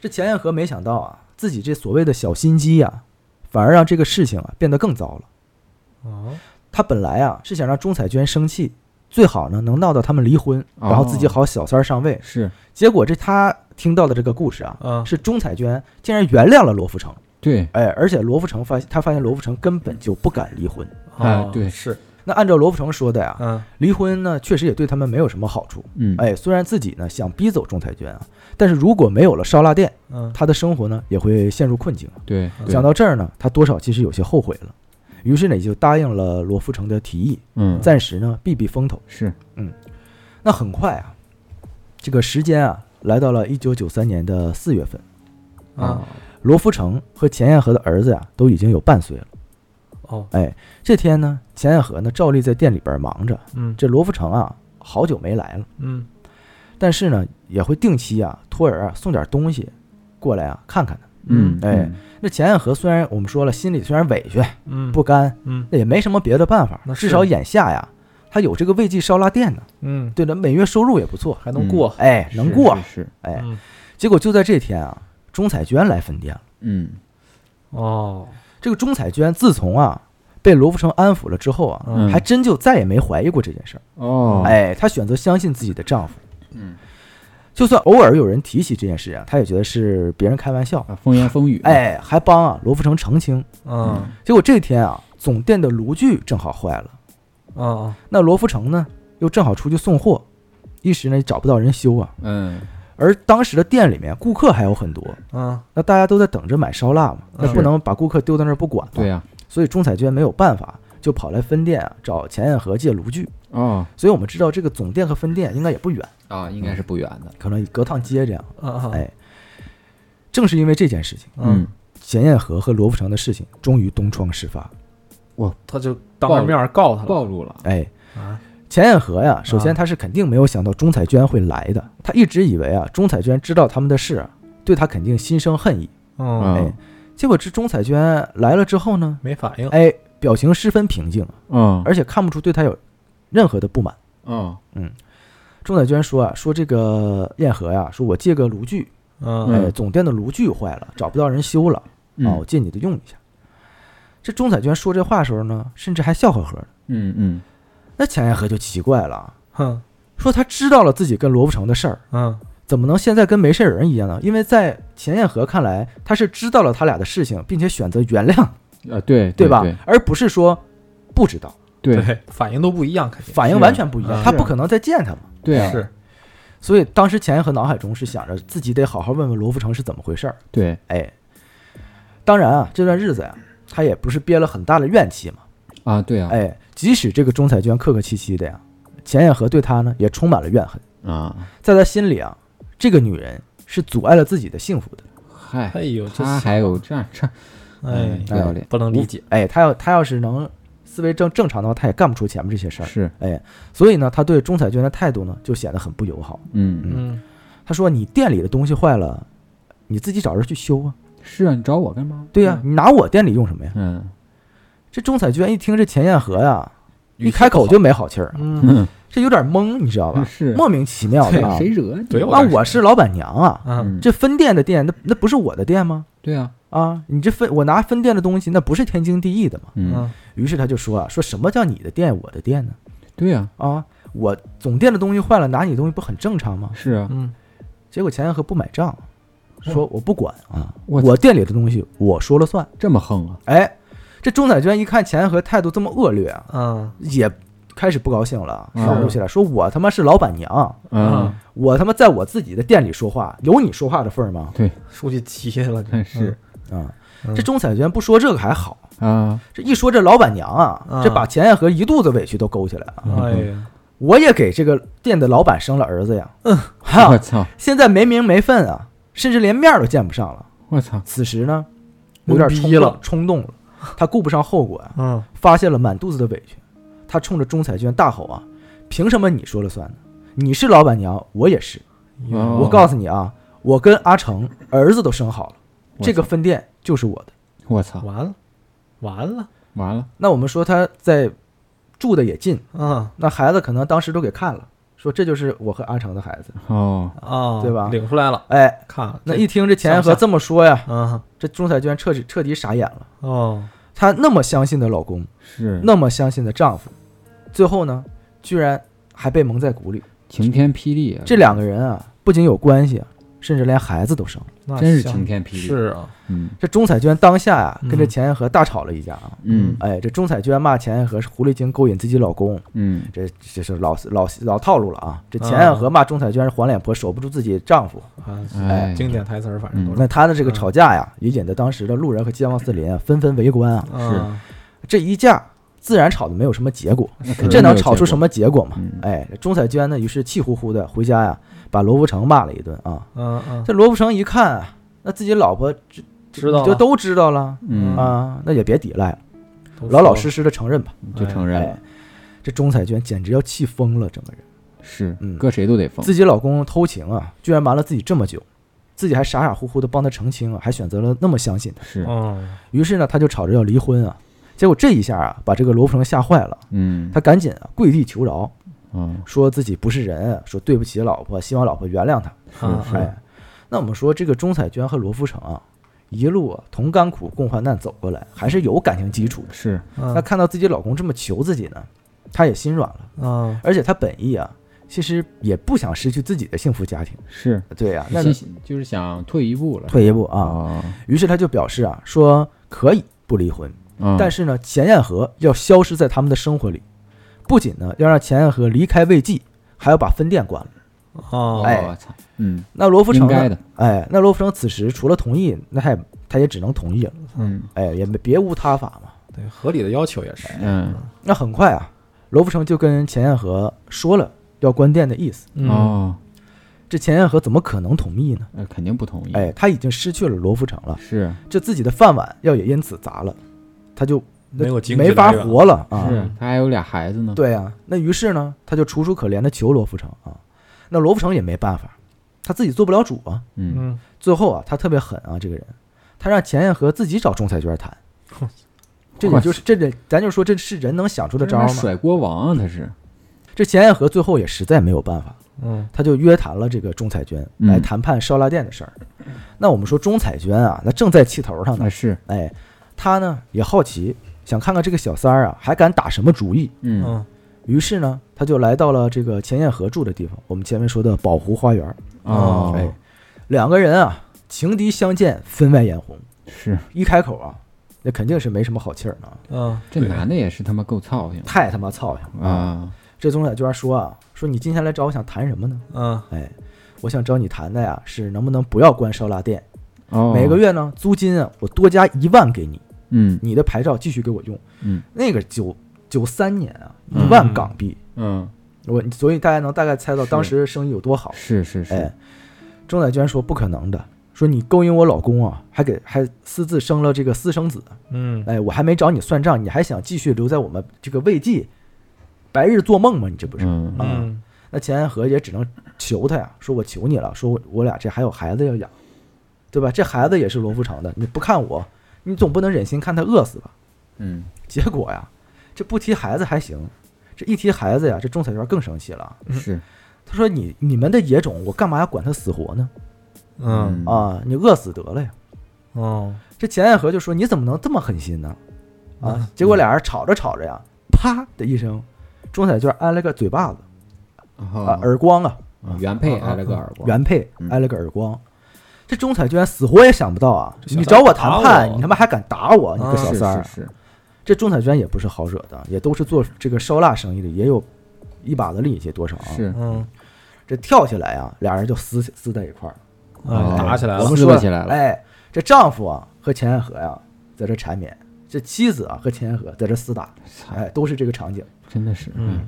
[SPEAKER 1] 这钱彦和没想到啊，自己这所谓的小心机啊，反而让这个事情啊变得更糟了。
[SPEAKER 3] 哦
[SPEAKER 1] 他本来啊是想让钟彩娟生气，最好呢能闹到他们离婚，
[SPEAKER 2] 哦
[SPEAKER 1] 然后自己好小三儿上位。
[SPEAKER 2] 是
[SPEAKER 1] 结果这他听到的这个故事啊，
[SPEAKER 3] 嗯
[SPEAKER 1] 是钟彩娟竟然原谅了罗福成，
[SPEAKER 2] 对，
[SPEAKER 1] 哎，而且罗福成发他发现罗福成根本就不敢离婚。
[SPEAKER 2] 啊
[SPEAKER 3] 哦
[SPEAKER 2] 对
[SPEAKER 3] 是
[SPEAKER 1] 那按照罗福成说的呀，
[SPEAKER 3] 嗯
[SPEAKER 1] 离婚呢确实也对他们没有什么好处。
[SPEAKER 2] 嗯，
[SPEAKER 1] 哎，虽然自己呢想逼走仲裁娟啊，但是如果没有了烧腊店，
[SPEAKER 3] 嗯
[SPEAKER 1] 他的生活呢也会陷入困境。
[SPEAKER 2] 对，对
[SPEAKER 1] 哎想，到这儿呢，他多少其实有些后悔了，于是呢也就答应了罗富成的提议，
[SPEAKER 2] 嗯，
[SPEAKER 1] 暂时呢避避风头。
[SPEAKER 2] 是，
[SPEAKER 1] 那很快啊，这个时间啊来到了一九九三年的四月份，
[SPEAKER 3] 啊
[SPEAKER 1] 罗富成和钱彦和的儿子呀、都已经有半岁了。
[SPEAKER 3] 哦
[SPEAKER 1] 哎，这天呢，钱彦和呢照例在店里边忙着，
[SPEAKER 3] 嗯
[SPEAKER 1] 这罗富成啊好久没来了。
[SPEAKER 3] 嗯
[SPEAKER 1] 但是呢，也会定期啊托人啊送点东西过来啊看看他。
[SPEAKER 2] 嗯，
[SPEAKER 1] 哎那钱彦和虽然我们说了，心里虽然委屈
[SPEAKER 3] 嗯
[SPEAKER 1] 不甘，
[SPEAKER 3] 嗯
[SPEAKER 1] 那也没什么别的办法
[SPEAKER 3] 那，是
[SPEAKER 1] 至少眼下呀，他有这个慰藉烧腊店呢，
[SPEAKER 3] 嗯
[SPEAKER 1] 对的，每月收入也不错，
[SPEAKER 3] 还能过
[SPEAKER 1] 哎，
[SPEAKER 2] 嗯，
[SPEAKER 1] 能
[SPEAKER 2] 是
[SPEAKER 1] 过。
[SPEAKER 2] 是是，
[SPEAKER 1] 哎，
[SPEAKER 3] 嗯
[SPEAKER 1] 结果就在这天啊，钟彩娟来分店了。
[SPEAKER 2] 嗯，
[SPEAKER 3] 哦
[SPEAKER 1] 这个钟彩娟自从啊被罗福成安抚了之后啊，
[SPEAKER 2] 嗯
[SPEAKER 1] 还真就再也没怀疑过这件事儿。
[SPEAKER 2] 哦，，
[SPEAKER 1] 哎，她选择相信自己的丈夫，
[SPEAKER 2] 嗯，
[SPEAKER 1] 就算偶尔有人提起这件事啊，她也觉得是别人开玩笑。
[SPEAKER 2] 啊，风言风语，，
[SPEAKER 1] 哎，还帮啊罗福成澄清。
[SPEAKER 3] 嗯
[SPEAKER 1] 结果这天啊，总店的炉具正好坏了，
[SPEAKER 3] 哦
[SPEAKER 1] 那罗福成呢又正好出去送货，一时呢找不到人修啊。
[SPEAKER 2] 嗯，
[SPEAKER 1] 而当时的店里面顾客还有很多，
[SPEAKER 3] 嗯
[SPEAKER 1] 那大家都在等着买烧腊嘛，那
[SPEAKER 2] 是
[SPEAKER 1] 不能把顾客丢在那儿不管嘛。
[SPEAKER 2] 对啊呀，
[SPEAKER 1] 所以钟彩娟没有办法，就跑来分店啊找钱彦和借炉具。
[SPEAKER 2] 哦，
[SPEAKER 1] 所以我们知道这个总店和分店应该也不远，
[SPEAKER 2] 啊，应该是不远的，
[SPEAKER 1] 可能隔趟街这样。
[SPEAKER 3] 嗯
[SPEAKER 1] 哎，正是因为这件事情，
[SPEAKER 2] 嗯
[SPEAKER 3] 嗯，，
[SPEAKER 1] 钱彦和和罗福成的事情终于东窗事发。
[SPEAKER 3] 他就当着面儿告他了
[SPEAKER 2] 暴露了，
[SPEAKER 1] 哎，
[SPEAKER 3] 啊
[SPEAKER 1] 钱彦和呀，首先
[SPEAKER 3] 啊
[SPEAKER 1] 他是肯定没有想到钟彩娟会来的，他一直以为啊，钟彩娟知道他们的事啊，对他肯定心生恨意。
[SPEAKER 3] 嗯
[SPEAKER 1] 哎，结果这钟彩娟来了之后呢，
[SPEAKER 3] 没反应。
[SPEAKER 1] 哎，表情十分平静，
[SPEAKER 2] 嗯
[SPEAKER 1] 而且看不出对她有任何的不满。
[SPEAKER 2] 嗯
[SPEAKER 1] 钟彩娟说啊，说这个燕和呀，说我借个炉具，
[SPEAKER 3] 嗯
[SPEAKER 2] 嗯
[SPEAKER 1] 哎，总店的炉具坏了，找不到人修了，啊，我
[SPEAKER 2] 嗯
[SPEAKER 1] 借你的用一下。这钟彩娟说这话的时候呢，甚至还笑呵呵的。
[SPEAKER 2] 嗯嗯
[SPEAKER 1] 那钱燕和就奇怪了，
[SPEAKER 3] 哼
[SPEAKER 1] 说他知道了自己跟罗不成的事儿，
[SPEAKER 3] 嗯
[SPEAKER 1] 怎么能现在跟没事人一样呢？因为在钱燕和看来，他是知道了他俩的事情，并且选择原谅，
[SPEAKER 2] 啊，对
[SPEAKER 1] 对吧？
[SPEAKER 2] 对
[SPEAKER 1] 而不是说不知道，
[SPEAKER 2] 对
[SPEAKER 3] 对，反应都不一样，肯定
[SPEAKER 1] 反应
[SPEAKER 2] 是啊
[SPEAKER 1] 完全不一样，
[SPEAKER 3] 嗯
[SPEAKER 1] 他
[SPEAKER 2] 是
[SPEAKER 1] 不可能再见他嘛。
[SPEAKER 2] 对啊，
[SPEAKER 3] 是
[SPEAKER 1] 所以当时钱燕和脑海中是想着自己得好好问问罗福成是怎么回事儿。
[SPEAKER 2] 对
[SPEAKER 1] 哎，当然啊，这段日子呀、他也不是憋了很大的怨气嘛。
[SPEAKER 2] 啊，对啊
[SPEAKER 1] 哎，即使这个钟彩娟客客气气的呀，钱燕和对他呢也充满了怨恨，
[SPEAKER 2] 啊，
[SPEAKER 1] 在他心里啊，这个女人是阻碍了自己的幸福的。
[SPEAKER 2] 嗨，
[SPEAKER 3] 哎呦，这
[SPEAKER 2] 他还有这样这样
[SPEAKER 3] 哎
[SPEAKER 2] 不要脸
[SPEAKER 3] 不能理解。
[SPEAKER 1] 哎，他要他要是能思维正正常的话，他也干不出前面这些事儿。
[SPEAKER 2] 是，
[SPEAKER 1] 哎，所以呢，他对钟彩娟的态度呢就显得很不友好。
[SPEAKER 2] 嗯
[SPEAKER 3] 嗯，
[SPEAKER 1] 他说：“你店里的东西坏了，你自己找人去修啊。
[SPEAKER 2] 是啊，你找我干嘛？
[SPEAKER 1] 对呀、你拿我店里用什么呀？”
[SPEAKER 2] 嗯
[SPEAKER 1] 这钟彩娟一听这钱彦和呀，
[SPEAKER 3] 语气
[SPEAKER 1] 一开口就没好气儿，
[SPEAKER 3] 嗯
[SPEAKER 2] 嗯，
[SPEAKER 1] 这有点懵，你知道吧？
[SPEAKER 2] 是
[SPEAKER 1] 莫名其妙的
[SPEAKER 2] 对
[SPEAKER 1] 啊。
[SPEAKER 2] 谁惹你？
[SPEAKER 3] 对
[SPEAKER 1] 那我是老板娘啊，
[SPEAKER 3] 嗯
[SPEAKER 2] 嗯
[SPEAKER 1] 这分店的店，那那不是我的店吗？
[SPEAKER 2] 对啊，
[SPEAKER 1] 啊，你这分我拿分店的东西，那不是天经地义的吗？
[SPEAKER 2] 嗯
[SPEAKER 3] 嗯
[SPEAKER 1] 于是他就说啊，说什么叫你的店，我的店呢？
[SPEAKER 2] 对啊，
[SPEAKER 1] 啊，我总店的东西坏了，拿你的东西不很正常吗？
[SPEAKER 2] 是啊，
[SPEAKER 3] 嗯，
[SPEAKER 1] 结果钱彦和不买账，啊说我不管啊，
[SPEAKER 2] 我
[SPEAKER 1] 我店里的东西我说了算。
[SPEAKER 2] 这么横啊，
[SPEAKER 1] 哎，这钟彩娟一看钱彦和态度这么恶劣啊，
[SPEAKER 3] 嗯
[SPEAKER 1] 也开始不高兴了，
[SPEAKER 2] 是
[SPEAKER 1] 恼怒起来，说我他妈是老板娘，
[SPEAKER 3] 啊
[SPEAKER 2] 嗯，
[SPEAKER 1] 我他妈在我自己的店里说话，有你说话的份儿吗？
[SPEAKER 2] 对，
[SPEAKER 3] 出去急了，
[SPEAKER 2] 但是
[SPEAKER 1] 啊、
[SPEAKER 3] 嗯
[SPEAKER 1] 这钟彩娟不说这个还好，
[SPEAKER 2] 啊，
[SPEAKER 1] 这一说这老板娘啊，
[SPEAKER 3] 嗯
[SPEAKER 1] 这把钱彦和一肚子委屈都勾起来了。
[SPEAKER 3] 嗯哎呀，
[SPEAKER 1] 我也给这个店的老板生了儿子呀，嗯，
[SPEAKER 2] 我
[SPEAKER 1] 哈，
[SPEAKER 2] 操，
[SPEAKER 1] 现在没名没分啊，甚至连面儿都见不上了。
[SPEAKER 2] 我操，
[SPEAKER 1] 此时呢，有点
[SPEAKER 3] 懵
[SPEAKER 1] 冲
[SPEAKER 3] 逼
[SPEAKER 1] 动
[SPEAKER 3] 了
[SPEAKER 1] 冲动了，他顾不上后果啊，
[SPEAKER 3] 嗯
[SPEAKER 1] 发泄了满肚子的委屈，他冲着钟彩娟大吼啊：“凭什么你说了算呢？你是老板娘，我也是。
[SPEAKER 3] 嗯
[SPEAKER 2] 哦
[SPEAKER 1] 我告诉你啊，我跟阿成儿子都生好了，
[SPEAKER 2] 我
[SPEAKER 1] 这个分店就是我的。
[SPEAKER 2] 我操，
[SPEAKER 3] 完了完了，
[SPEAKER 2] 完了，
[SPEAKER 1] 那我们说他在住的也近，
[SPEAKER 3] 嗯
[SPEAKER 1] 那孩子可能当时都给看了，说这就是我和阿成的孩子。
[SPEAKER 2] 哦，
[SPEAKER 3] 啊，
[SPEAKER 1] 对吧
[SPEAKER 3] 领出来了，
[SPEAKER 1] 哎，
[SPEAKER 3] 看了
[SPEAKER 1] 那一听这钱和这么说呀，
[SPEAKER 3] 嗯
[SPEAKER 1] 这钟彩娟彻底彻底傻眼了。
[SPEAKER 3] 哦，
[SPEAKER 1] 她那么相信的老公，
[SPEAKER 2] 是
[SPEAKER 1] 那么相信的丈夫，最后呢，居然还被蒙在鼓里。
[SPEAKER 2] 晴天霹雳啊，
[SPEAKER 1] 这两个人啊，不仅有关系啊，甚至连孩子都生了。
[SPEAKER 3] 那
[SPEAKER 2] 真是
[SPEAKER 3] 香
[SPEAKER 2] 晴天霹雳，
[SPEAKER 3] 是啊，
[SPEAKER 2] 嗯
[SPEAKER 1] 这钟彩娟当下呀、
[SPEAKER 3] 嗯
[SPEAKER 1] 跟这钱彦和大吵了一架啊。
[SPEAKER 2] 嗯
[SPEAKER 1] 哎，这钟彩娟骂钱彦和是狐狸精勾引自己老公，
[SPEAKER 2] 嗯，
[SPEAKER 1] 这这是老老老套路了啊。这钱彦和骂钟彩娟是黄脸婆，守不住自己丈夫。
[SPEAKER 3] 啊，
[SPEAKER 2] 哎
[SPEAKER 3] 经典台词儿，反正都是
[SPEAKER 1] 那他的
[SPEAKER 2] 嗯
[SPEAKER 1] 这个吵架呀，也引得当时的路人和街坊四邻啊纷纷围观啊。
[SPEAKER 3] 啊
[SPEAKER 1] 这一架自然吵得没有什么结果，
[SPEAKER 2] 那
[SPEAKER 3] 是
[SPEAKER 2] 肯
[SPEAKER 1] 这
[SPEAKER 2] 定没
[SPEAKER 1] 能
[SPEAKER 2] 有
[SPEAKER 1] 吵
[SPEAKER 2] 结
[SPEAKER 1] 出
[SPEAKER 2] 果
[SPEAKER 1] 什？么结果嘛？
[SPEAKER 2] 嗯
[SPEAKER 1] 哎，这钟彩娟呢，于是气呼呼的回家呀，把罗福成骂了一顿啊。
[SPEAKER 3] 嗯嗯，
[SPEAKER 1] 这罗福成一看啊，那自己老婆知
[SPEAKER 3] 知道
[SPEAKER 1] 就
[SPEAKER 3] 了
[SPEAKER 1] 都知道了
[SPEAKER 2] 嗯
[SPEAKER 1] 啊，那也别抵赖了，
[SPEAKER 3] 都
[SPEAKER 1] 老老
[SPEAKER 3] 说
[SPEAKER 1] 实实的承认吧。
[SPEAKER 2] 就承认
[SPEAKER 1] 哎
[SPEAKER 2] 了，，
[SPEAKER 1] 这钟彩娟简直要气疯了，整个人，
[SPEAKER 2] 是
[SPEAKER 1] 嗯
[SPEAKER 2] 搁谁都得疯，
[SPEAKER 1] 自己老公偷情啊，居然瞒了自己这么久，自己还傻傻乎乎的帮他澄清啊，还选择了那么相信他。
[SPEAKER 2] 是
[SPEAKER 3] 了，嗯
[SPEAKER 1] 于是呢，他就吵着要离婚啊。结果这一下啊，把这个罗福成吓坏了，
[SPEAKER 2] 嗯，
[SPEAKER 1] 他赶紧啊跪地求饶，
[SPEAKER 2] 嗯
[SPEAKER 1] 说自己不是人，说对不起老婆，希望老婆原谅他。
[SPEAKER 3] 啊
[SPEAKER 2] 是
[SPEAKER 1] 哎，那我们说这个钟彩娟和罗福成啊，一路啊同甘苦共患难走过来，还是有感情基础的。
[SPEAKER 2] 是
[SPEAKER 3] 嗯
[SPEAKER 1] 那看到自己老公这么求自己呢，她也心软了，
[SPEAKER 3] 嗯
[SPEAKER 1] 而且她本意啊，其实也不想失去自己的幸福家庭。
[SPEAKER 2] 是，
[SPEAKER 1] 对呀、啊那
[SPEAKER 2] 信息就是想退一步了，
[SPEAKER 1] 退一步啊，
[SPEAKER 2] 啊，
[SPEAKER 1] 于是她就表示啊，说可以不离婚，但
[SPEAKER 2] 是
[SPEAKER 1] 是呢，钱彦和要消失在他们的生活里，不仅呢要让钱彦和离开魏记，还要把分店关了。
[SPEAKER 3] 哦
[SPEAKER 1] 哎
[SPEAKER 2] 我操，嗯，
[SPEAKER 1] 那罗福
[SPEAKER 2] 应
[SPEAKER 1] 成
[SPEAKER 2] 该
[SPEAKER 1] 呢？
[SPEAKER 2] 的，
[SPEAKER 1] 哎，那罗福成此时除了同意，那他也他也只能同意了。
[SPEAKER 2] 嗯
[SPEAKER 1] 哎，也没别无他法嘛。
[SPEAKER 3] 对，合理的要求也是，
[SPEAKER 2] 嗯
[SPEAKER 1] 那很快啊，罗福成就跟钱彦和说了要关店的意思。
[SPEAKER 3] 嗯
[SPEAKER 2] 哦，
[SPEAKER 1] 这钱彦和怎么可能同意呢？
[SPEAKER 2] 那肯定不同
[SPEAKER 3] 嗯
[SPEAKER 2] 意，
[SPEAKER 1] 哎，他已经失去了罗福成了，
[SPEAKER 2] 是
[SPEAKER 1] 这自己的饭碗要也因此砸了，他就
[SPEAKER 3] 没有经济
[SPEAKER 1] 没法
[SPEAKER 3] 来源
[SPEAKER 1] 活了啊。
[SPEAKER 2] 是，他还有俩孩子呢，
[SPEAKER 1] 对呀、那于是呢，他就楚楚可怜的求罗福成啊，那罗福成也没办法，他自己做不了主啊。
[SPEAKER 2] 嗯
[SPEAKER 3] 嗯
[SPEAKER 1] 最后啊，他特别狠啊，这个人，他让钱彦和自己找仲裁娟谈。这也就是这人，咱就说这是人能想出的招儿吗？
[SPEAKER 2] 甩锅王啊，他是，
[SPEAKER 1] 这钱彦和最后也实在没有办法，
[SPEAKER 3] 嗯
[SPEAKER 1] 他就约谈了这个仲裁娟
[SPEAKER 2] 嗯
[SPEAKER 1] 来谈判烧腊店的事儿。那我们说仲裁娟啊，那正在气头上
[SPEAKER 2] 那
[SPEAKER 1] 呢，
[SPEAKER 2] 是，
[SPEAKER 1] 哎，他呢也好奇，想看看这个小三儿啊还敢打什么主意。
[SPEAKER 2] 嗯，
[SPEAKER 3] 嗯
[SPEAKER 1] 于是呢，他就来到了这个钱彦和住的地方，我们前面说的宝湖花园。
[SPEAKER 2] 哦，
[SPEAKER 1] 哎，两个人啊，情敌相见，分外眼红。
[SPEAKER 2] 是，
[SPEAKER 1] 一开口啊，那肯定是没什么好气儿呢，
[SPEAKER 3] 嗯，
[SPEAKER 2] 这
[SPEAKER 3] 对
[SPEAKER 2] 男的也是他妈够操心
[SPEAKER 1] 太他妈操心了！
[SPEAKER 2] 啊，
[SPEAKER 1] 这钟小娟说啊，说你今天来找我想谈什么呢？
[SPEAKER 3] 嗯
[SPEAKER 1] 哎，我想找你谈的呀，是能不能不要关烧腊店？
[SPEAKER 2] 哦，
[SPEAKER 1] 每个，月呢，租金啊，我多加一万给你，
[SPEAKER 2] 嗯
[SPEAKER 1] 你的牌照继续给我用。
[SPEAKER 2] 嗯
[SPEAKER 1] 那个九九三年啊，一万港币，
[SPEAKER 2] 嗯，
[SPEAKER 1] 我所以大家能大概猜到
[SPEAKER 2] 是
[SPEAKER 1] 当时生意有多好。
[SPEAKER 2] 是是是
[SPEAKER 1] 哎，，钟乃娟说不可能的，说你勾引我老公啊，还给还私自生了这个私生子，
[SPEAKER 3] 嗯
[SPEAKER 1] 哎，我还没找你算账，你还想继续留在我们这个魏记，白日做梦吗？你这不是？
[SPEAKER 2] 嗯
[SPEAKER 3] 嗯
[SPEAKER 1] 那钱安和也只能求他呀，说我求你了，说我我俩这还有孩子要养，对吧？这孩子也是罗富城的，你不看我，你总不能忍心看他饿死吧？
[SPEAKER 2] 嗯，
[SPEAKER 1] 结果呀，这不提孩子还行，这一提孩子呀，这仲裁员更生气了。
[SPEAKER 2] 是，
[SPEAKER 1] 他说你你们的野种，我干嘛要管他死活呢？
[SPEAKER 3] 嗯
[SPEAKER 1] 啊，你饿死得了呀！
[SPEAKER 3] 哦
[SPEAKER 1] 这钱爱和就说：“你怎么能这么狠心呢？”
[SPEAKER 3] 嗯
[SPEAKER 1] 啊，结果俩人吵着吵着呀，啪的一声，钟彩娟挨了个嘴巴子啊
[SPEAKER 2] 啊，，
[SPEAKER 1] 耳光啊，
[SPEAKER 2] 原配挨了个耳光，
[SPEAKER 1] 原配
[SPEAKER 2] 嗯
[SPEAKER 1] 挨了个耳光。这钟彩娟死活也想不到啊，
[SPEAKER 3] 这小
[SPEAKER 1] 你
[SPEAKER 3] 三
[SPEAKER 1] 找我
[SPEAKER 3] 打
[SPEAKER 1] 谈
[SPEAKER 3] 我
[SPEAKER 1] 判，你他妈还敢打我，你个
[SPEAKER 3] 啊
[SPEAKER 1] 小
[SPEAKER 2] 是
[SPEAKER 1] 三
[SPEAKER 2] 是
[SPEAKER 1] 儿！
[SPEAKER 2] 是，
[SPEAKER 1] 这钟彩娟也不是好惹的，也都是做这个烧腊生意的，也有一把子力气多少啊。
[SPEAKER 2] 是，
[SPEAKER 3] 嗯
[SPEAKER 1] 这跳起来啊，俩人就撕撕在一块儿。
[SPEAKER 3] 啊，打起来
[SPEAKER 2] 我
[SPEAKER 3] 了
[SPEAKER 1] 哦们
[SPEAKER 2] 撕
[SPEAKER 1] 说
[SPEAKER 2] 不起来了
[SPEAKER 1] 哎，这丈夫啊和钱爱和呀、在这缠绵，这妻子啊和钱爱和在这厮打，
[SPEAKER 2] 操
[SPEAKER 1] 哎，都是这个场景。
[SPEAKER 2] 真的是，
[SPEAKER 3] 嗯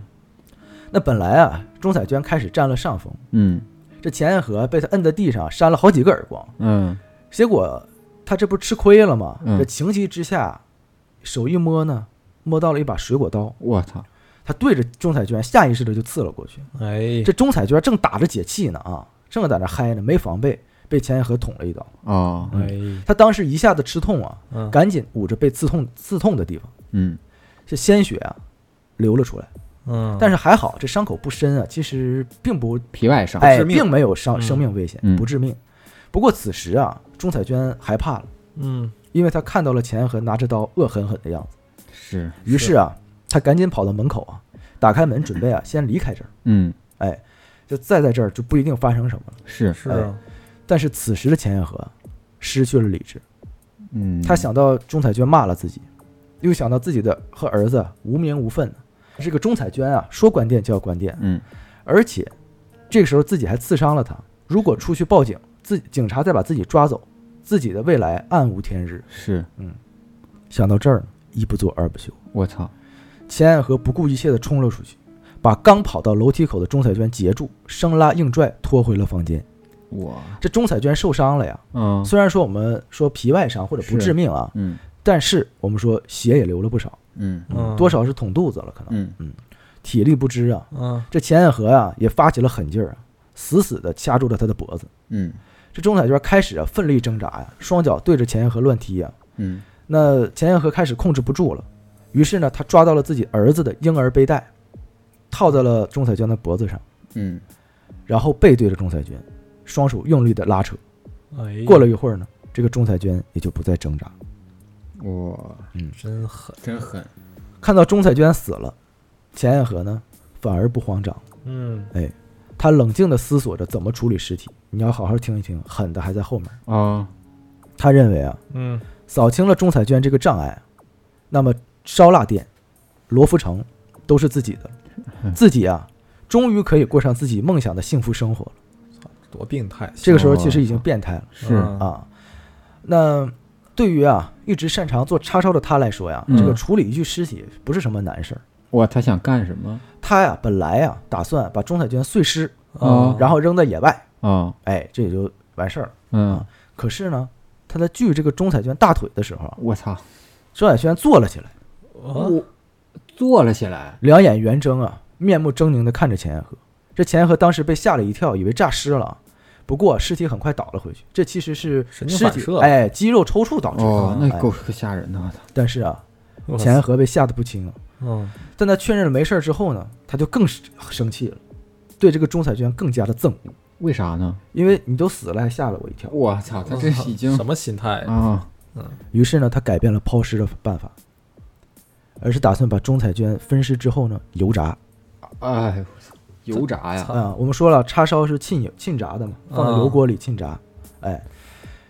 [SPEAKER 1] 那本来啊，钟彩娟开始占了上风，
[SPEAKER 2] 嗯
[SPEAKER 1] 这钱爱和被他摁在地上扇了好几个耳光，
[SPEAKER 2] 嗯
[SPEAKER 1] 结果他这不吃亏了吗？
[SPEAKER 2] 嗯
[SPEAKER 1] 这情急之下，手一摸呢，摸到了一把水果刀，
[SPEAKER 2] 我操，
[SPEAKER 1] 他对着钟彩娟下意识的就刺了过去。
[SPEAKER 3] 哎
[SPEAKER 1] 嗯这钟彩娟正打着解气呢啊，正在那嗨呢，没防备，被钱爱和捅了一刀。
[SPEAKER 2] 哦，
[SPEAKER 3] 哎
[SPEAKER 1] 他当时一下子吃痛啊，
[SPEAKER 3] 嗯
[SPEAKER 1] 赶紧捂着被刺痛刺痛的地方，
[SPEAKER 2] 嗯
[SPEAKER 1] 这鲜血啊流了出来。
[SPEAKER 3] 嗯，
[SPEAKER 1] 但
[SPEAKER 3] 是
[SPEAKER 1] 是还好，这伤口不深啊，其实并不
[SPEAKER 2] 皮外伤，
[SPEAKER 1] 哎，
[SPEAKER 3] 致命
[SPEAKER 1] 并没有伤
[SPEAKER 3] 嗯
[SPEAKER 1] 生命危险，
[SPEAKER 2] 嗯
[SPEAKER 1] 不致命。不过此时啊，钟彩娟害怕了，
[SPEAKER 3] 嗯
[SPEAKER 1] 因为她看到了钱和拿着刀恶狠狠的样子。
[SPEAKER 2] 是，
[SPEAKER 1] 于是啊，她赶紧跑到门口啊，打开门准备啊先离开这儿。
[SPEAKER 2] 嗯
[SPEAKER 1] 哎，就再在这儿就不一定发生什么了。
[SPEAKER 2] 是，
[SPEAKER 3] 是啊
[SPEAKER 1] 但是此时的钱彦和失去了理智，
[SPEAKER 2] 嗯，
[SPEAKER 1] 他想到钟彩娟骂了自己，又想到自己的和儿子无名无分，这个钟彩娟啊，说关店就要关店，
[SPEAKER 2] 嗯
[SPEAKER 1] 而且这个时候自己还刺伤了他，如果出去报警，自警察再把自己抓走，自己的未来暗无天日。
[SPEAKER 2] 是，
[SPEAKER 1] 想到这儿，一不做二不休，
[SPEAKER 2] 我操，
[SPEAKER 1] 钱爱和不顾一切地冲了出去，把刚跑到楼梯口的钟彩娟截住，生拉硬拽拖回了房间。
[SPEAKER 2] 我，
[SPEAKER 1] 这钟彩娟受伤了呀，
[SPEAKER 2] 嗯
[SPEAKER 1] 虽然说我们说皮外伤或者不
[SPEAKER 2] 是
[SPEAKER 1] 致命啊，
[SPEAKER 2] 嗯
[SPEAKER 1] 但是我们说血也流了不少。
[SPEAKER 2] 嗯
[SPEAKER 3] 嗯
[SPEAKER 1] 多少是捅肚子了，可能
[SPEAKER 2] 嗯
[SPEAKER 1] 体力不支啊。
[SPEAKER 3] 嗯
[SPEAKER 1] 这钱爱和啊也发起了狠劲儿啊，死死的掐住了他的脖子。
[SPEAKER 2] 嗯
[SPEAKER 1] 这钟彩娟开始啊奋力挣扎呀、双脚对着钱爱和乱踢啊。
[SPEAKER 2] 嗯
[SPEAKER 1] 那钱爱和开始控制不住了，于是呢，他抓到了自己儿子的婴儿背带，套在了钟彩娟的脖子上，
[SPEAKER 2] 嗯，
[SPEAKER 1] 然后背对着钟彩娟，双手用力的拉扯。
[SPEAKER 3] 哎
[SPEAKER 1] 过了一会儿呢，这个钟彩娟也就不再挣扎。
[SPEAKER 2] 我
[SPEAKER 3] 真狠
[SPEAKER 2] 真狠，
[SPEAKER 1] 看到钟彩娟死了，钱爱和呢反而不慌张。
[SPEAKER 3] 嗯
[SPEAKER 1] 他冷静地思索着怎么处理尸体。你要好好听一听，狠的还在后面。
[SPEAKER 2] 哦，
[SPEAKER 1] 他认为啊，
[SPEAKER 3] 嗯
[SPEAKER 1] 扫清了钟彩娟这个障碍，那么烧腊店、罗浮城都是自己的，
[SPEAKER 2] 嗯
[SPEAKER 1] 自己啊，终于可以过上自己梦想的幸福生活了。
[SPEAKER 3] 多病态
[SPEAKER 1] 这个时候其实已经变态了
[SPEAKER 2] 是，
[SPEAKER 3] 嗯
[SPEAKER 1] 啊。那对于啊一直擅长做叉烧的他来说呀，
[SPEAKER 2] 嗯
[SPEAKER 1] 这个处理一具尸体不是什么难事儿。
[SPEAKER 2] 哇，他想干什么？
[SPEAKER 1] 他呀本来呀打算把钟彩娟碎尸，
[SPEAKER 3] 嗯
[SPEAKER 2] 哦
[SPEAKER 1] 然后扔在野外，
[SPEAKER 2] 哦，
[SPEAKER 1] 哎，这也就完事儿了。
[SPEAKER 2] 嗯，
[SPEAKER 1] 可是呢，他在锯这个钟彩娟大腿的时候啊，
[SPEAKER 2] 我操，
[SPEAKER 1] 钟彩娟坐了起来，
[SPEAKER 3] 后
[SPEAKER 2] 我坐了起来，
[SPEAKER 1] 两眼圆睁啊，面目狰狞地看着钱爱和。这钱爱和当时被吓了一跳，以为诈尸了啊，不过尸体很快倒了回去，这其实是
[SPEAKER 4] 神经
[SPEAKER 1] 尸
[SPEAKER 4] 反
[SPEAKER 1] 体
[SPEAKER 4] 射
[SPEAKER 1] 哎肌肉抽搐导致的。
[SPEAKER 2] 哦，那
[SPEAKER 1] 哎
[SPEAKER 2] 够可吓人的，我操！
[SPEAKER 1] 但是啊，
[SPEAKER 4] 我操
[SPEAKER 1] 钱河被吓得不轻啊。
[SPEAKER 4] 嗯，
[SPEAKER 1] 但他确认了没事儿之后呢，他就更生生气了，对这个中彩娟更加的憎恶，
[SPEAKER 2] 为啥呢？
[SPEAKER 1] 因为你都死了还吓了我一跳。
[SPEAKER 2] 我
[SPEAKER 3] 哦
[SPEAKER 2] 操，他这
[SPEAKER 4] 我操
[SPEAKER 2] 已经
[SPEAKER 4] 嗯什么心态？
[SPEAKER 2] 啊，
[SPEAKER 1] 于是呢，他改变了抛尸的办法，而是打算把钟彩娟分尸之后呢油炸。
[SPEAKER 2] 哎呦，油炸呀！
[SPEAKER 1] 啊、我们说了，叉烧是浸油浸炸的嘛，放在油锅里浸炸。哎，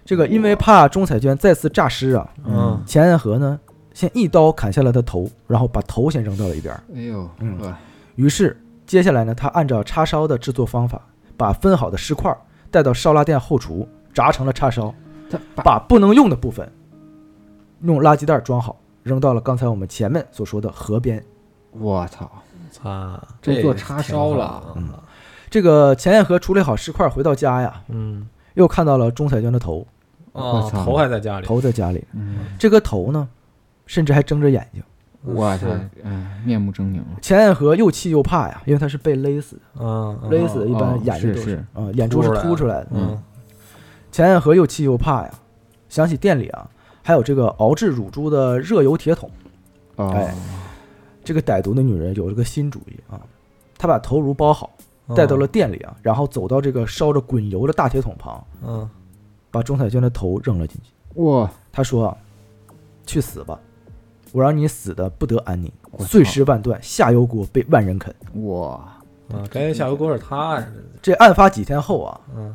[SPEAKER 1] 这个因为怕钟彩娟再次诈尸啊，
[SPEAKER 4] 嗯，
[SPEAKER 1] 钱爱和呢先一刀砍下了他头，然后把头先扔到了一边儿。
[SPEAKER 2] 哎呦，
[SPEAKER 1] 嗯
[SPEAKER 2] 呵
[SPEAKER 1] 于是接下来呢，他按照叉烧的制作方法，把分好的尸块带到烧腊店后厨炸成了叉烧，
[SPEAKER 2] 他把
[SPEAKER 1] 把不能用的部分用垃圾袋装好，扔到了刚才我们前面所说的河边。
[SPEAKER 2] 我操，
[SPEAKER 4] 操，
[SPEAKER 2] 都
[SPEAKER 4] 这
[SPEAKER 2] 做
[SPEAKER 4] 个
[SPEAKER 2] 叉
[SPEAKER 4] 挺
[SPEAKER 2] 烧
[SPEAKER 4] 好
[SPEAKER 2] 了
[SPEAKER 4] 啊
[SPEAKER 1] 这个钱爱和处理好尸块回到家呀，
[SPEAKER 4] 嗯，
[SPEAKER 1] 又看到了钟彩娟的头，
[SPEAKER 4] 哦，
[SPEAKER 2] 我操
[SPEAKER 4] 头还在家里，
[SPEAKER 1] 头在家里。
[SPEAKER 2] 嗯，
[SPEAKER 1] 这个头呢，甚至还睁着眼睛。
[SPEAKER 3] 嗯
[SPEAKER 2] 我操
[SPEAKER 4] 嗯是，
[SPEAKER 2] 哎，面目狰狞，
[SPEAKER 1] 钱爱和又气又怕呀，因为他是被勒死的，
[SPEAKER 4] 嗯，嗯
[SPEAKER 1] 勒死的一
[SPEAKER 2] 哦
[SPEAKER 1] 般眼睛
[SPEAKER 2] 是
[SPEAKER 1] 都
[SPEAKER 2] 是
[SPEAKER 1] 啊、眼珠是
[SPEAKER 4] 凸出来
[SPEAKER 1] 凸出来的。
[SPEAKER 4] 嗯
[SPEAKER 1] 钱爱和又气又怕呀，想起店里啊还有这个熬制乳猪的热油铁桶，
[SPEAKER 2] 哦
[SPEAKER 1] 哎，这个歹毒的女人有了个新主意啊，她把头颅包好，
[SPEAKER 4] 嗯
[SPEAKER 2] 哦
[SPEAKER 1] 带到了，店里啊，然后走到这个烧着滚油的大铁桶旁，
[SPEAKER 4] 嗯
[SPEAKER 1] 把钟彩娟的头扔了进去。
[SPEAKER 2] 哇，
[SPEAKER 1] 她说啊：“去死吧，我让你死的不得安宁，
[SPEAKER 2] 我操
[SPEAKER 1] 碎尸万段，下油锅被万人啃。”
[SPEAKER 2] 哇，
[SPEAKER 4] 嗯，感觉下油锅是他，
[SPEAKER 1] 这案发几天后啊，
[SPEAKER 4] 嗯，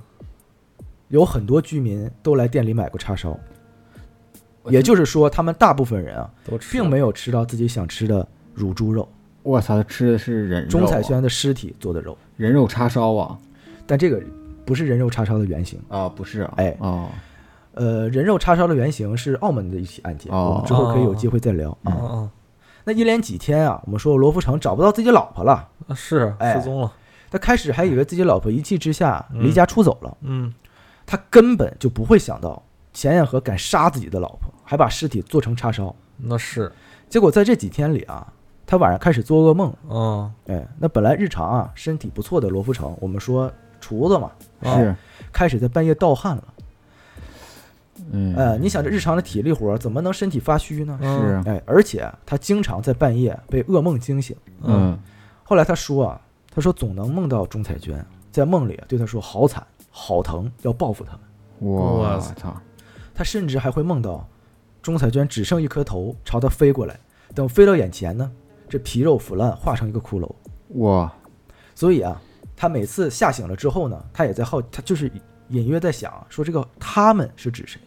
[SPEAKER 1] 有很多居民都来店里买过叉烧，也就是说，他们大部分人啊，
[SPEAKER 4] 嗯都吃
[SPEAKER 1] 并没有吃到自己想吃的乳猪肉，
[SPEAKER 2] 我操，他吃的是人肉
[SPEAKER 1] 钟
[SPEAKER 2] 啊，
[SPEAKER 1] 彩轩的尸体做的肉，
[SPEAKER 2] 人肉叉烧啊，
[SPEAKER 1] 但这个不是人肉叉烧的原型。
[SPEAKER 2] 啊，不是啊，
[SPEAKER 1] 哎
[SPEAKER 2] 哦，
[SPEAKER 1] 呃，人肉叉烧的原型是澳门的一起案件，
[SPEAKER 2] 哦
[SPEAKER 1] 我们之后可以有机会再聊
[SPEAKER 4] 嗯
[SPEAKER 1] 啊。
[SPEAKER 4] 嗯
[SPEAKER 1] 那一连几天啊，我们说罗福成找不到自己老婆了，
[SPEAKER 4] 嗯，啊是
[SPEAKER 1] 哎
[SPEAKER 4] 失踪了，
[SPEAKER 1] 他开始还以为自己老婆一气之下
[SPEAKER 4] 嗯
[SPEAKER 1] 离家出走了，
[SPEAKER 4] 嗯，
[SPEAKER 1] 他根本就不会想到钱彦和敢杀自己的老婆，还把尸体做成叉烧。
[SPEAKER 4] 那是，
[SPEAKER 1] 结果在这几天里啊，他晚上开始做噩梦。
[SPEAKER 4] 嗯，
[SPEAKER 1] 哎，那本来日常啊身体不错的罗福成，我们说厨子嘛，
[SPEAKER 4] 啊
[SPEAKER 2] 是，
[SPEAKER 1] 开始在半夜盗汗了。
[SPEAKER 2] 嗯，
[SPEAKER 1] 呃，你想这日常的体力活儿怎么能身体发虚呢？
[SPEAKER 2] 是啊，
[SPEAKER 1] 哎，而且他经常在半夜被噩梦惊醒。
[SPEAKER 4] 嗯
[SPEAKER 2] 嗯，
[SPEAKER 1] 后来他说啊，他说总能梦到钟彩娟，在梦里对他说好惨好疼，要报复他们。
[SPEAKER 2] 我
[SPEAKER 4] 我
[SPEAKER 2] 操，
[SPEAKER 1] 他甚至还会梦到钟彩娟只剩一颗头朝他飞过来，等飞到眼前呢，这皮肉腐烂化成一个骷髅。
[SPEAKER 2] 哇，
[SPEAKER 1] 所以啊，他每次吓醒了之后呢，他也在好，他就是隐约在想说这个他们是指谁，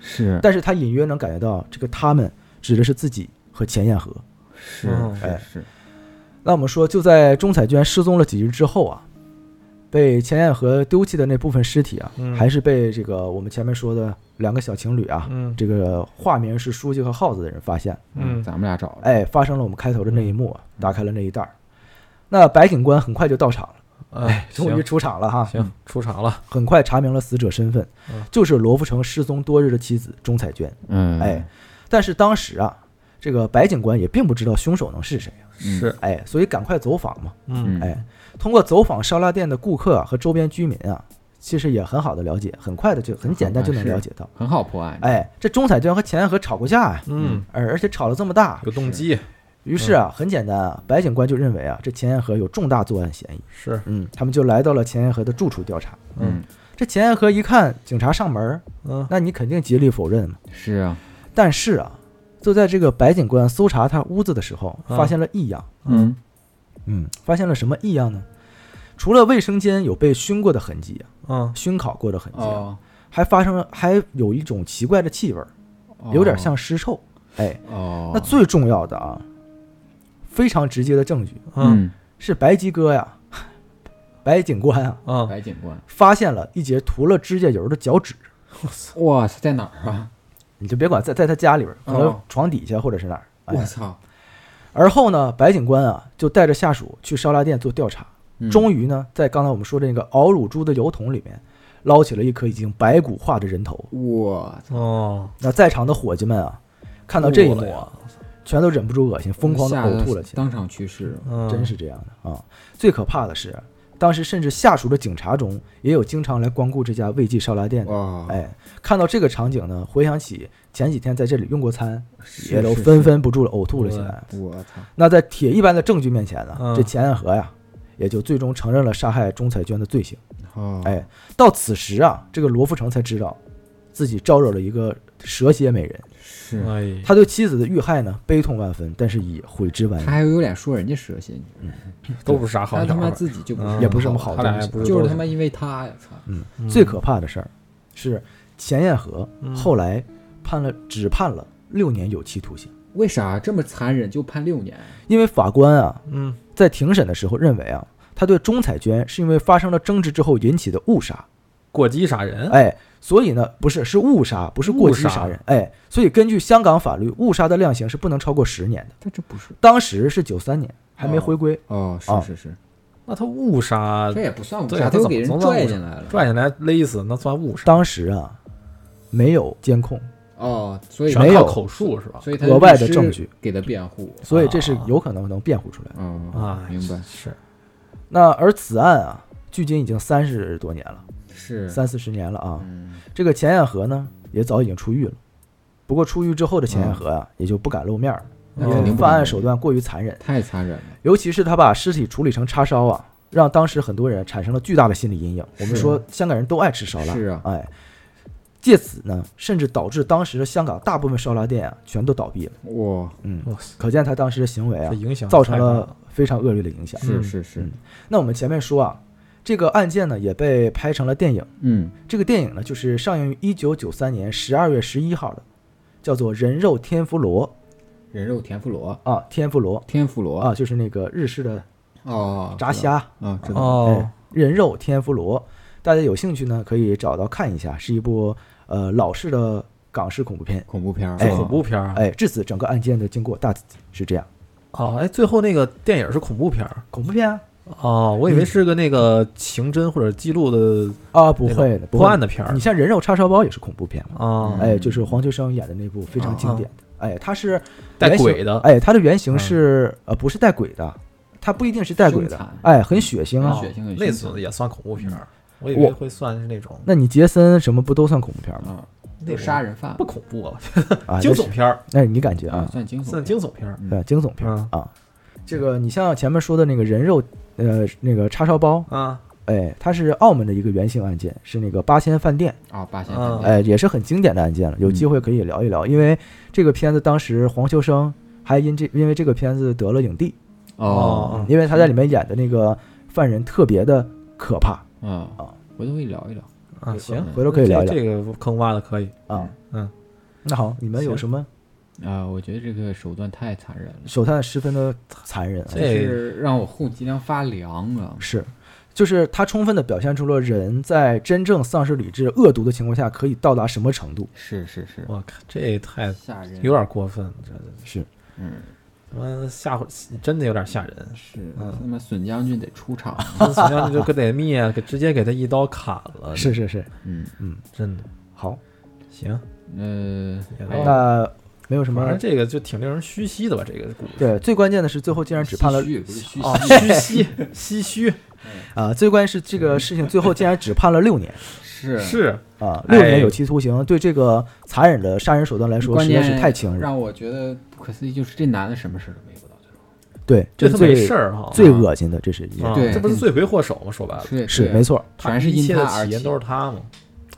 [SPEAKER 2] 是
[SPEAKER 1] 但是他隐约能感觉到这个他们指的是自己和钱彦和。
[SPEAKER 2] 是
[SPEAKER 4] 嗯
[SPEAKER 1] 哎
[SPEAKER 2] 是是，
[SPEAKER 1] 那我们说，就在钟彩娟失踪了几日之后啊，被钱彦和丢弃的那部分尸体啊，
[SPEAKER 4] 嗯
[SPEAKER 1] 还是被这个我们前面说的两个小情侣啊，
[SPEAKER 4] 嗯
[SPEAKER 1] 这个化名是书记和耗子的人发现了。
[SPEAKER 4] 嗯
[SPEAKER 2] 咱们俩找了，
[SPEAKER 1] 哎，发生了我们开头的那一幕啊，打开了那一袋儿。那白警官很快就到场了，
[SPEAKER 4] 哎，
[SPEAKER 1] 终于出场了哈。
[SPEAKER 4] 行行出场了，
[SPEAKER 1] 很快查明了死者身份
[SPEAKER 4] 嗯，
[SPEAKER 1] 就是罗福成失踪多日的妻子钟彩娟。
[SPEAKER 2] 嗯，
[SPEAKER 1] 哎，但是当时啊，这个白警官也并不知道凶手能是谁啊，
[SPEAKER 2] 嗯
[SPEAKER 4] 是，
[SPEAKER 1] 哎，所以赶快走访嘛。
[SPEAKER 4] 嗯
[SPEAKER 2] 嗯
[SPEAKER 1] 哎，通过走访烧腊店的顾客啊和周边居民啊，其实也很好的了解，很快的就很简单就能了解到。
[SPEAKER 2] 很好破案，
[SPEAKER 1] 哎，这钟彩娟和钱爱和吵过架啊，
[SPEAKER 4] 嗯，
[SPEAKER 1] 而而且吵了这么大，
[SPEAKER 4] 有动机
[SPEAKER 1] 于是啊，很简单啊，白警官就认为啊，这钱爱和有重大作案嫌疑。
[SPEAKER 4] 是，
[SPEAKER 1] 嗯，他们就来到了钱爱和的住处调查。
[SPEAKER 2] 嗯，
[SPEAKER 1] 这钱爱和一看警察上门儿，
[SPEAKER 2] 啊
[SPEAKER 4] 嗯
[SPEAKER 1] 那你肯定极力否认嘛。
[SPEAKER 2] 是啊，
[SPEAKER 1] 但是啊，就在这个白警官搜查他屋子的时候，
[SPEAKER 4] 啊
[SPEAKER 1] 发现了异样。
[SPEAKER 4] 嗯
[SPEAKER 1] 嗯，发现了什么异样呢？除了卫生间有被熏过的痕迹啊，
[SPEAKER 4] 嗯，
[SPEAKER 1] 熏烤过的痕迹啊，
[SPEAKER 2] 哦，
[SPEAKER 1] 还发生了，还有一种奇怪的气味儿，
[SPEAKER 2] 哦
[SPEAKER 1] 有点像尸臭。哎，
[SPEAKER 2] 哦，
[SPEAKER 1] 那最重要的啊，非常直接的证据
[SPEAKER 4] 嗯
[SPEAKER 2] 嗯，
[SPEAKER 1] 是白吉哥呀， 白警官啊，
[SPEAKER 4] 嗯，
[SPEAKER 2] 白警官，
[SPEAKER 1] 发现了一截涂了指甲油的脚趾。
[SPEAKER 2] 哇塞，在哪儿啊？
[SPEAKER 1] 你就别管在在他家里边儿，可能
[SPEAKER 2] 哦
[SPEAKER 1] 床底下或者是哪儿。哎
[SPEAKER 2] 我操，
[SPEAKER 1] 而后呢，白警官啊就带着下属去烧腊店做调查，终
[SPEAKER 2] 于
[SPEAKER 1] 于呢，在刚才我们说的那个熬乳猪的油桶里面，捞起了一颗已经白骨化的人头。
[SPEAKER 2] 我
[SPEAKER 4] 哦，
[SPEAKER 1] 那在场的伙计们啊，看到这一幕啊，全都忍不住恶心，疯狂的
[SPEAKER 2] 吓得
[SPEAKER 1] 呕吐了起来。
[SPEAKER 2] 当场去世了，
[SPEAKER 4] 嗯，
[SPEAKER 1] 真是这样的啊！最可怕的是，当时甚至下属的警察中也有经常来光顾这家味记烧腊店的。
[SPEAKER 2] 哇，
[SPEAKER 1] 哎，看到这个场景呢，回想起前几天在这里用过餐，
[SPEAKER 2] 是
[SPEAKER 1] 也都
[SPEAKER 2] 是
[SPEAKER 1] 纷纷不住了呕吐了起
[SPEAKER 3] 对
[SPEAKER 1] 来。
[SPEAKER 2] 是我操，
[SPEAKER 1] 那在铁一般的证据面前呢，
[SPEAKER 3] 嗯
[SPEAKER 1] 这钱爱和呀，也就最终承认了杀害钟彩娟的罪行。
[SPEAKER 2] 哦，
[SPEAKER 1] 哎，到此时啊，这个罗富成才知道自己招惹了一个蛇蝎美人，
[SPEAKER 2] 是，
[SPEAKER 4] 嗯
[SPEAKER 3] 哎，
[SPEAKER 1] 他对妻子的遇害呢悲痛万分，但是也悔之晚
[SPEAKER 2] 他
[SPEAKER 1] 矣。
[SPEAKER 2] 还有脸说人家蛇蝎女，
[SPEAKER 3] 都不是啥好
[SPEAKER 2] 他
[SPEAKER 3] 鸟
[SPEAKER 2] 他妈
[SPEAKER 3] 儿，
[SPEAKER 2] 自己就不
[SPEAKER 3] 嗯
[SPEAKER 2] 是，
[SPEAKER 1] 也不是什么好
[SPEAKER 3] 他俩
[SPEAKER 1] 东西
[SPEAKER 3] 也不是
[SPEAKER 2] 就是
[SPEAKER 3] 都
[SPEAKER 2] 他妈因为他呀，操，
[SPEAKER 1] 嗯，
[SPEAKER 3] 嗯
[SPEAKER 1] 最可怕的事儿是钱彦和
[SPEAKER 3] 嗯
[SPEAKER 1] 后来判了只判了六年有期徒刑，
[SPEAKER 2] 为啥这么残忍就判六年？
[SPEAKER 1] 因为法官啊
[SPEAKER 3] 嗯
[SPEAKER 1] 在庭审的时候认为啊，他对钟彩娟是因为发生了争执之后引起的误杀，
[SPEAKER 3] 过激杀
[SPEAKER 2] 嗯
[SPEAKER 3] 人，
[SPEAKER 1] 哎，所以呢不是是误杀，不是过激杀人，哎，所以根据香港法律，误杀的量刑是不能超过十年的，
[SPEAKER 2] 他这不是，
[SPEAKER 1] 当时是九三年，还没回归，
[SPEAKER 2] 哦，
[SPEAKER 1] 啊
[SPEAKER 2] 是是是，
[SPEAKER 3] 那他误杀
[SPEAKER 2] 这也不算误
[SPEAKER 3] 对
[SPEAKER 2] 杀，
[SPEAKER 3] 啊
[SPEAKER 2] 他又
[SPEAKER 3] 他怎
[SPEAKER 2] 给
[SPEAKER 3] 么
[SPEAKER 2] 人
[SPEAKER 3] 总算
[SPEAKER 2] 拽
[SPEAKER 3] 误
[SPEAKER 2] 进来了，
[SPEAKER 3] 拽下来勒死，那算误杀，
[SPEAKER 1] 当时啊没有监控，
[SPEAKER 2] 哦，所以
[SPEAKER 1] 没
[SPEAKER 3] 全
[SPEAKER 1] 有
[SPEAKER 3] 靠口述是吧？
[SPEAKER 2] 所以他
[SPEAKER 1] 额外的
[SPEAKER 2] 律师
[SPEAKER 1] 证据
[SPEAKER 2] 给他辩护，
[SPEAKER 1] 所以这
[SPEAKER 2] 哦
[SPEAKER 1] 是有可能能辩护出来的。
[SPEAKER 2] 嗯
[SPEAKER 3] 啊，
[SPEAKER 2] 明白，
[SPEAKER 3] 是
[SPEAKER 1] 那而此案啊，距今已经三十多年了，
[SPEAKER 2] 是，
[SPEAKER 1] 三四十年了啊。
[SPEAKER 2] 嗯，
[SPEAKER 1] 这个钱彦和呢，也早已经出狱了。不过出狱之后的钱彦和啊，也就不敢露面了，
[SPEAKER 2] 那
[SPEAKER 1] 因
[SPEAKER 2] 肯
[SPEAKER 1] 为
[SPEAKER 2] 定不
[SPEAKER 1] 犯案
[SPEAKER 2] 能
[SPEAKER 1] 手段过于残忍，
[SPEAKER 2] 太残忍了，
[SPEAKER 1] 尤其是他把尸体处理成叉烧啊，让当时很多人产生了巨大的心理阴影。我们
[SPEAKER 2] 是啊
[SPEAKER 1] 说香港人都爱吃烧腊，
[SPEAKER 2] 是啊
[SPEAKER 1] 哎，借此呢，甚至导致当时的香港大部分烧腊店啊全都倒闭了。
[SPEAKER 2] 哇，
[SPEAKER 1] 嗯，
[SPEAKER 3] 哇塞，
[SPEAKER 1] 可见他当时的行为啊
[SPEAKER 3] 这，影响
[SPEAKER 1] 造成
[SPEAKER 3] 太大
[SPEAKER 1] 了非常恶劣的影响。
[SPEAKER 2] 是
[SPEAKER 3] 嗯
[SPEAKER 2] 是是
[SPEAKER 1] 嗯，那我们前面说啊，这个案件呢也被拍成了电影。
[SPEAKER 2] 嗯，
[SPEAKER 1] 这个电影呢，就是上映于一九九三年十二月十一号的，叫做《人肉天妇罗
[SPEAKER 2] 人肉田妇罗，》
[SPEAKER 1] 啊，天妇罗
[SPEAKER 2] 天妇罗，
[SPEAKER 1] 啊，就是那个日式的
[SPEAKER 2] 哦，
[SPEAKER 1] 炸虾，
[SPEAKER 2] 啊，知道，
[SPEAKER 3] 哦
[SPEAKER 1] 哎，人肉天妇罗。大家有兴趣呢，可以找到看一下，是一部呃老式的港式恐怖片。
[SPEAKER 2] 恐怖片儿，
[SPEAKER 1] 哎
[SPEAKER 2] 啊
[SPEAKER 3] 恐怖片儿
[SPEAKER 1] 哎，至此整个案件的经过大致是这样，
[SPEAKER 3] 哦，哎，最后那个电影是恐怖片儿
[SPEAKER 1] 恐怖片啊？
[SPEAKER 3] 哦，我以为是个那个刑侦或者记录的
[SPEAKER 1] 啊，不会的，不
[SPEAKER 3] 破
[SPEAKER 1] 会
[SPEAKER 3] 案
[SPEAKER 1] 的。
[SPEAKER 3] 的片儿
[SPEAKER 1] 你像《人肉叉烧包》也是恐怖片嘛？
[SPEAKER 3] 啊，
[SPEAKER 1] 哎，就是黄秋生演的那部非常经典的。哎，它是
[SPEAKER 3] 带
[SPEAKER 1] 原型
[SPEAKER 3] 鬼的嗯
[SPEAKER 1] 哎，它的原型是呃不是带鬼的，它不一定是带鬼
[SPEAKER 2] 凶
[SPEAKER 1] 的
[SPEAKER 2] 残，
[SPEAKER 1] 哎，很血腥啊
[SPEAKER 3] 哦。
[SPEAKER 2] 血腥很
[SPEAKER 3] 那
[SPEAKER 2] 凶
[SPEAKER 3] 次
[SPEAKER 2] 残
[SPEAKER 3] 也算恐怖片儿，我以为
[SPEAKER 1] 嗯我
[SPEAKER 3] 会算是那种
[SPEAKER 1] 那你杰森什么不都算恐怖片吗？
[SPEAKER 2] 啊，
[SPEAKER 3] 那
[SPEAKER 2] 都
[SPEAKER 3] 种
[SPEAKER 2] 杀人犯
[SPEAKER 3] 不恐怖啊，
[SPEAKER 1] 啊，
[SPEAKER 3] 惊
[SPEAKER 1] 那
[SPEAKER 3] 悚
[SPEAKER 1] 是，
[SPEAKER 3] 片儿
[SPEAKER 1] 那是你感觉
[SPEAKER 2] 啊
[SPEAKER 1] 啊，，
[SPEAKER 2] 算惊悚
[SPEAKER 3] 算
[SPEAKER 2] 片，
[SPEAKER 3] 惊悚片儿，
[SPEAKER 1] 对，惊悚片
[SPEAKER 3] 嗯
[SPEAKER 1] 啊。这个你像前面说的那个人肉呃那个叉烧包，
[SPEAKER 3] 啊，
[SPEAKER 1] 哎，它是澳门的一个原型案件，是那个八仙饭店，
[SPEAKER 2] 啊，八仙
[SPEAKER 3] 嗯
[SPEAKER 2] 饭店，
[SPEAKER 1] 哎，也是很经典的案件了。有机会可以聊一聊，因为这个片子当时黄秋生还因这因为这个片子得了影帝，嗯
[SPEAKER 2] 哦，
[SPEAKER 1] 因为他在里面演的那个犯人特别的可怕
[SPEAKER 2] 啊，回头可以聊一聊，
[SPEAKER 3] 啊，行，
[SPEAKER 1] 回嗯头可以聊一聊
[SPEAKER 3] 这这个坑挖的可以，
[SPEAKER 1] 啊。
[SPEAKER 3] 嗯，
[SPEAKER 1] 那好，你们有
[SPEAKER 3] 行
[SPEAKER 1] 什么
[SPEAKER 2] 啊，我觉得这个手段太残忍了，
[SPEAKER 1] 手段十分的残忍啊？
[SPEAKER 3] 这
[SPEAKER 2] 就是让我后脊梁发凉啊，
[SPEAKER 1] 是，就是他充分的表现出了人在真正丧失理智、恶毒的情况下可以到达什么程度。
[SPEAKER 2] 是是是，
[SPEAKER 3] 我靠，这也太
[SPEAKER 2] 吓人，
[SPEAKER 3] 有，点过分，了，这
[SPEAKER 1] 是，
[SPEAKER 2] 嗯，
[SPEAKER 3] 他妈吓唬，真的有点吓人。
[SPEAKER 2] 是，
[SPEAKER 3] 嗯
[SPEAKER 2] 那么笋将军得出场，
[SPEAKER 3] 这怎么样就给得灭， 给直接给他一刀砍了，
[SPEAKER 1] 是是是，
[SPEAKER 2] 嗯，
[SPEAKER 3] 真的
[SPEAKER 1] 好，
[SPEAKER 3] 行。
[SPEAKER 2] 呃，
[SPEAKER 3] 也
[SPEAKER 2] 哎
[SPEAKER 1] 那没有什
[SPEAKER 3] 反
[SPEAKER 1] 么
[SPEAKER 3] 正。这个就挺令人唏嘘的吧，这个故事。
[SPEAKER 1] 对，最关键的是最后竟然只判了哦
[SPEAKER 2] 唏嘘不是虚
[SPEAKER 3] 啊，
[SPEAKER 2] 虚，
[SPEAKER 3] 唏嘘，唏嘘
[SPEAKER 1] 啊、最关键是这个事情最后竟然只判了六年
[SPEAKER 2] 是
[SPEAKER 3] 是
[SPEAKER 1] 啊，六
[SPEAKER 3] 哎
[SPEAKER 1] 年有期徒刑，对这个残忍的杀人手段来说
[SPEAKER 2] 关
[SPEAKER 1] 实在
[SPEAKER 2] 键
[SPEAKER 1] 是太强忍了。
[SPEAKER 2] 让我觉得不可思议，就是这男的什么事儿都没有到最后，
[SPEAKER 1] 对，
[SPEAKER 3] 这
[SPEAKER 1] 是
[SPEAKER 3] 他
[SPEAKER 1] 最
[SPEAKER 3] 没事儿哈，
[SPEAKER 1] 最恶心的，这是一件
[SPEAKER 3] 啊
[SPEAKER 2] 对
[SPEAKER 3] 这不是罪魁祸首吗？说白了，
[SPEAKER 2] 啊对，
[SPEAKER 1] 是
[SPEAKER 2] 对
[SPEAKER 1] 没，错，
[SPEAKER 3] 他
[SPEAKER 2] 全是
[SPEAKER 3] 一
[SPEAKER 2] 因
[SPEAKER 3] 切的
[SPEAKER 2] 他而
[SPEAKER 3] 起
[SPEAKER 2] 起
[SPEAKER 3] 因，都是他嘛。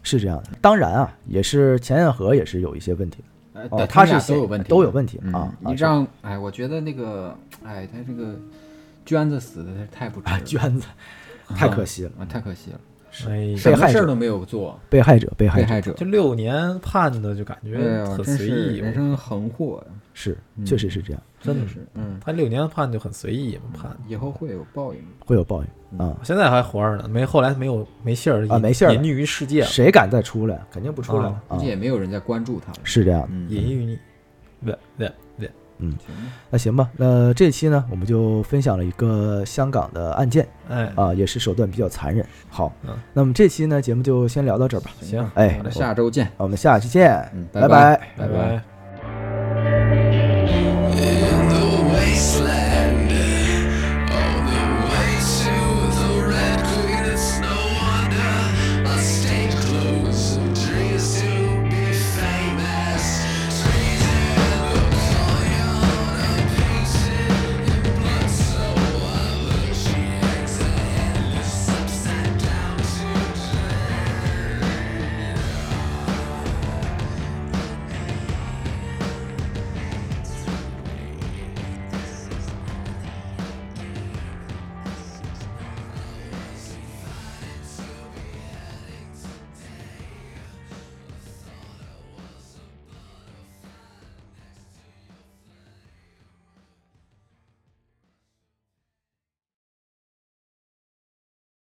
[SPEAKER 1] 是这样的。当然啊，也是钱彦和也是有一些问题的。
[SPEAKER 2] 呃
[SPEAKER 1] 哦
[SPEAKER 2] 对
[SPEAKER 1] 他
[SPEAKER 2] 们俩
[SPEAKER 1] 是
[SPEAKER 2] 都
[SPEAKER 1] 写
[SPEAKER 2] 有问题，
[SPEAKER 1] 都有问题
[SPEAKER 2] 嗯
[SPEAKER 1] 啊啊
[SPEAKER 2] 你
[SPEAKER 1] 是
[SPEAKER 2] 让哎，我觉得那个哎，他这个娟子死的是太不值
[SPEAKER 1] 啊，
[SPEAKER 2] 了，
[SPEAKER 1] 娟子太可惜了，
[SPEAKER 2] 啊，太可惜了，
[SPEAKER 3] 哎，
[SPEAKER 1] 被
[SPEAKER 2] 什
[SPEAKER 1] 害
[SPEAKER 2] 么
[SPEAKER 1] 者
[SPEAKER 2] 事儿都没有做，
[SPEAKER 1] 被害者，被害
[SPEAKER 2] 被
[SPEAKER 1] 者
[SPEAKER 2] 害者
[SPEAKER 3] 这，六年判的就感觉
[SPEAKER 2] 哎呀，
[SPEAKER 3] 很
[SPEAKER 2] 真
[SPEAKER 3] 随
[SPEAKER 2] 是
[SPEAKER 3] 意，
[SPEAKER 2] 人生横祸，
[SPEAKER 1] 是，
[SPEAKER 2] 嗯
[SPEAKER 1] 确实是这样，
[SPEAKER 3] 真的
[SPEAKER 2] 是，嗯，
[SPEAKER 3] 他六年判就很随意嘛判。
[SPEAKER 2] 以后会有报应，
[SPEAKER 1] 会有报
[SPEAKER 2] 嗯
[SPEAKER 1] 应啊。
[SPEAKER 3] 现在还活着呢，没后来没有没信儿
[SPEAKER 1] 啊没信儿了
[SPEAKER 3] 隐喻于世界，
[SPEAKER 1] 谁敢再出来？肯定不出来
[SPEAKER 3] 啊
[SPEAKER 2] 估
[SPEAKER 1] 啊
[SPEAKER 2] 计！也没有人在关注他了，
[SPEAKER 1] 是这样的，
[SPEAKER 2] 嗯，
[SPEAKER 3] 隐喻你，对对对，
[SPEAKER 2] 行吧，
[SPEAKER 1] 那行吧，那这期呢，我们就分享了一个香港的案件
[SPEAKER 3] 哎，
[SPEAKER 2] 嗯
[SPEAKER 1] 啊，也是手段比较残忍。好
[SPEAKER 3] 嗯，
[SPEAKER 1] 那么这期呢，节目就先聊到这儿吧。
[SPEAKER 3] 行，
[SPEAKER 1] 哎
[SPEAKER 2] 好的，下周见，
[SPEAKER 1] 我们下期见
[SPEAKER 2] 嗯，拜
[SPEAKER 1] 拜
[SPEAKER 2] 拜
[SPEAKER 1] 拜
[SPEAKER 3] 拜
[SPEAKER 2] 拜拜
[SPEAKER 3] 拜。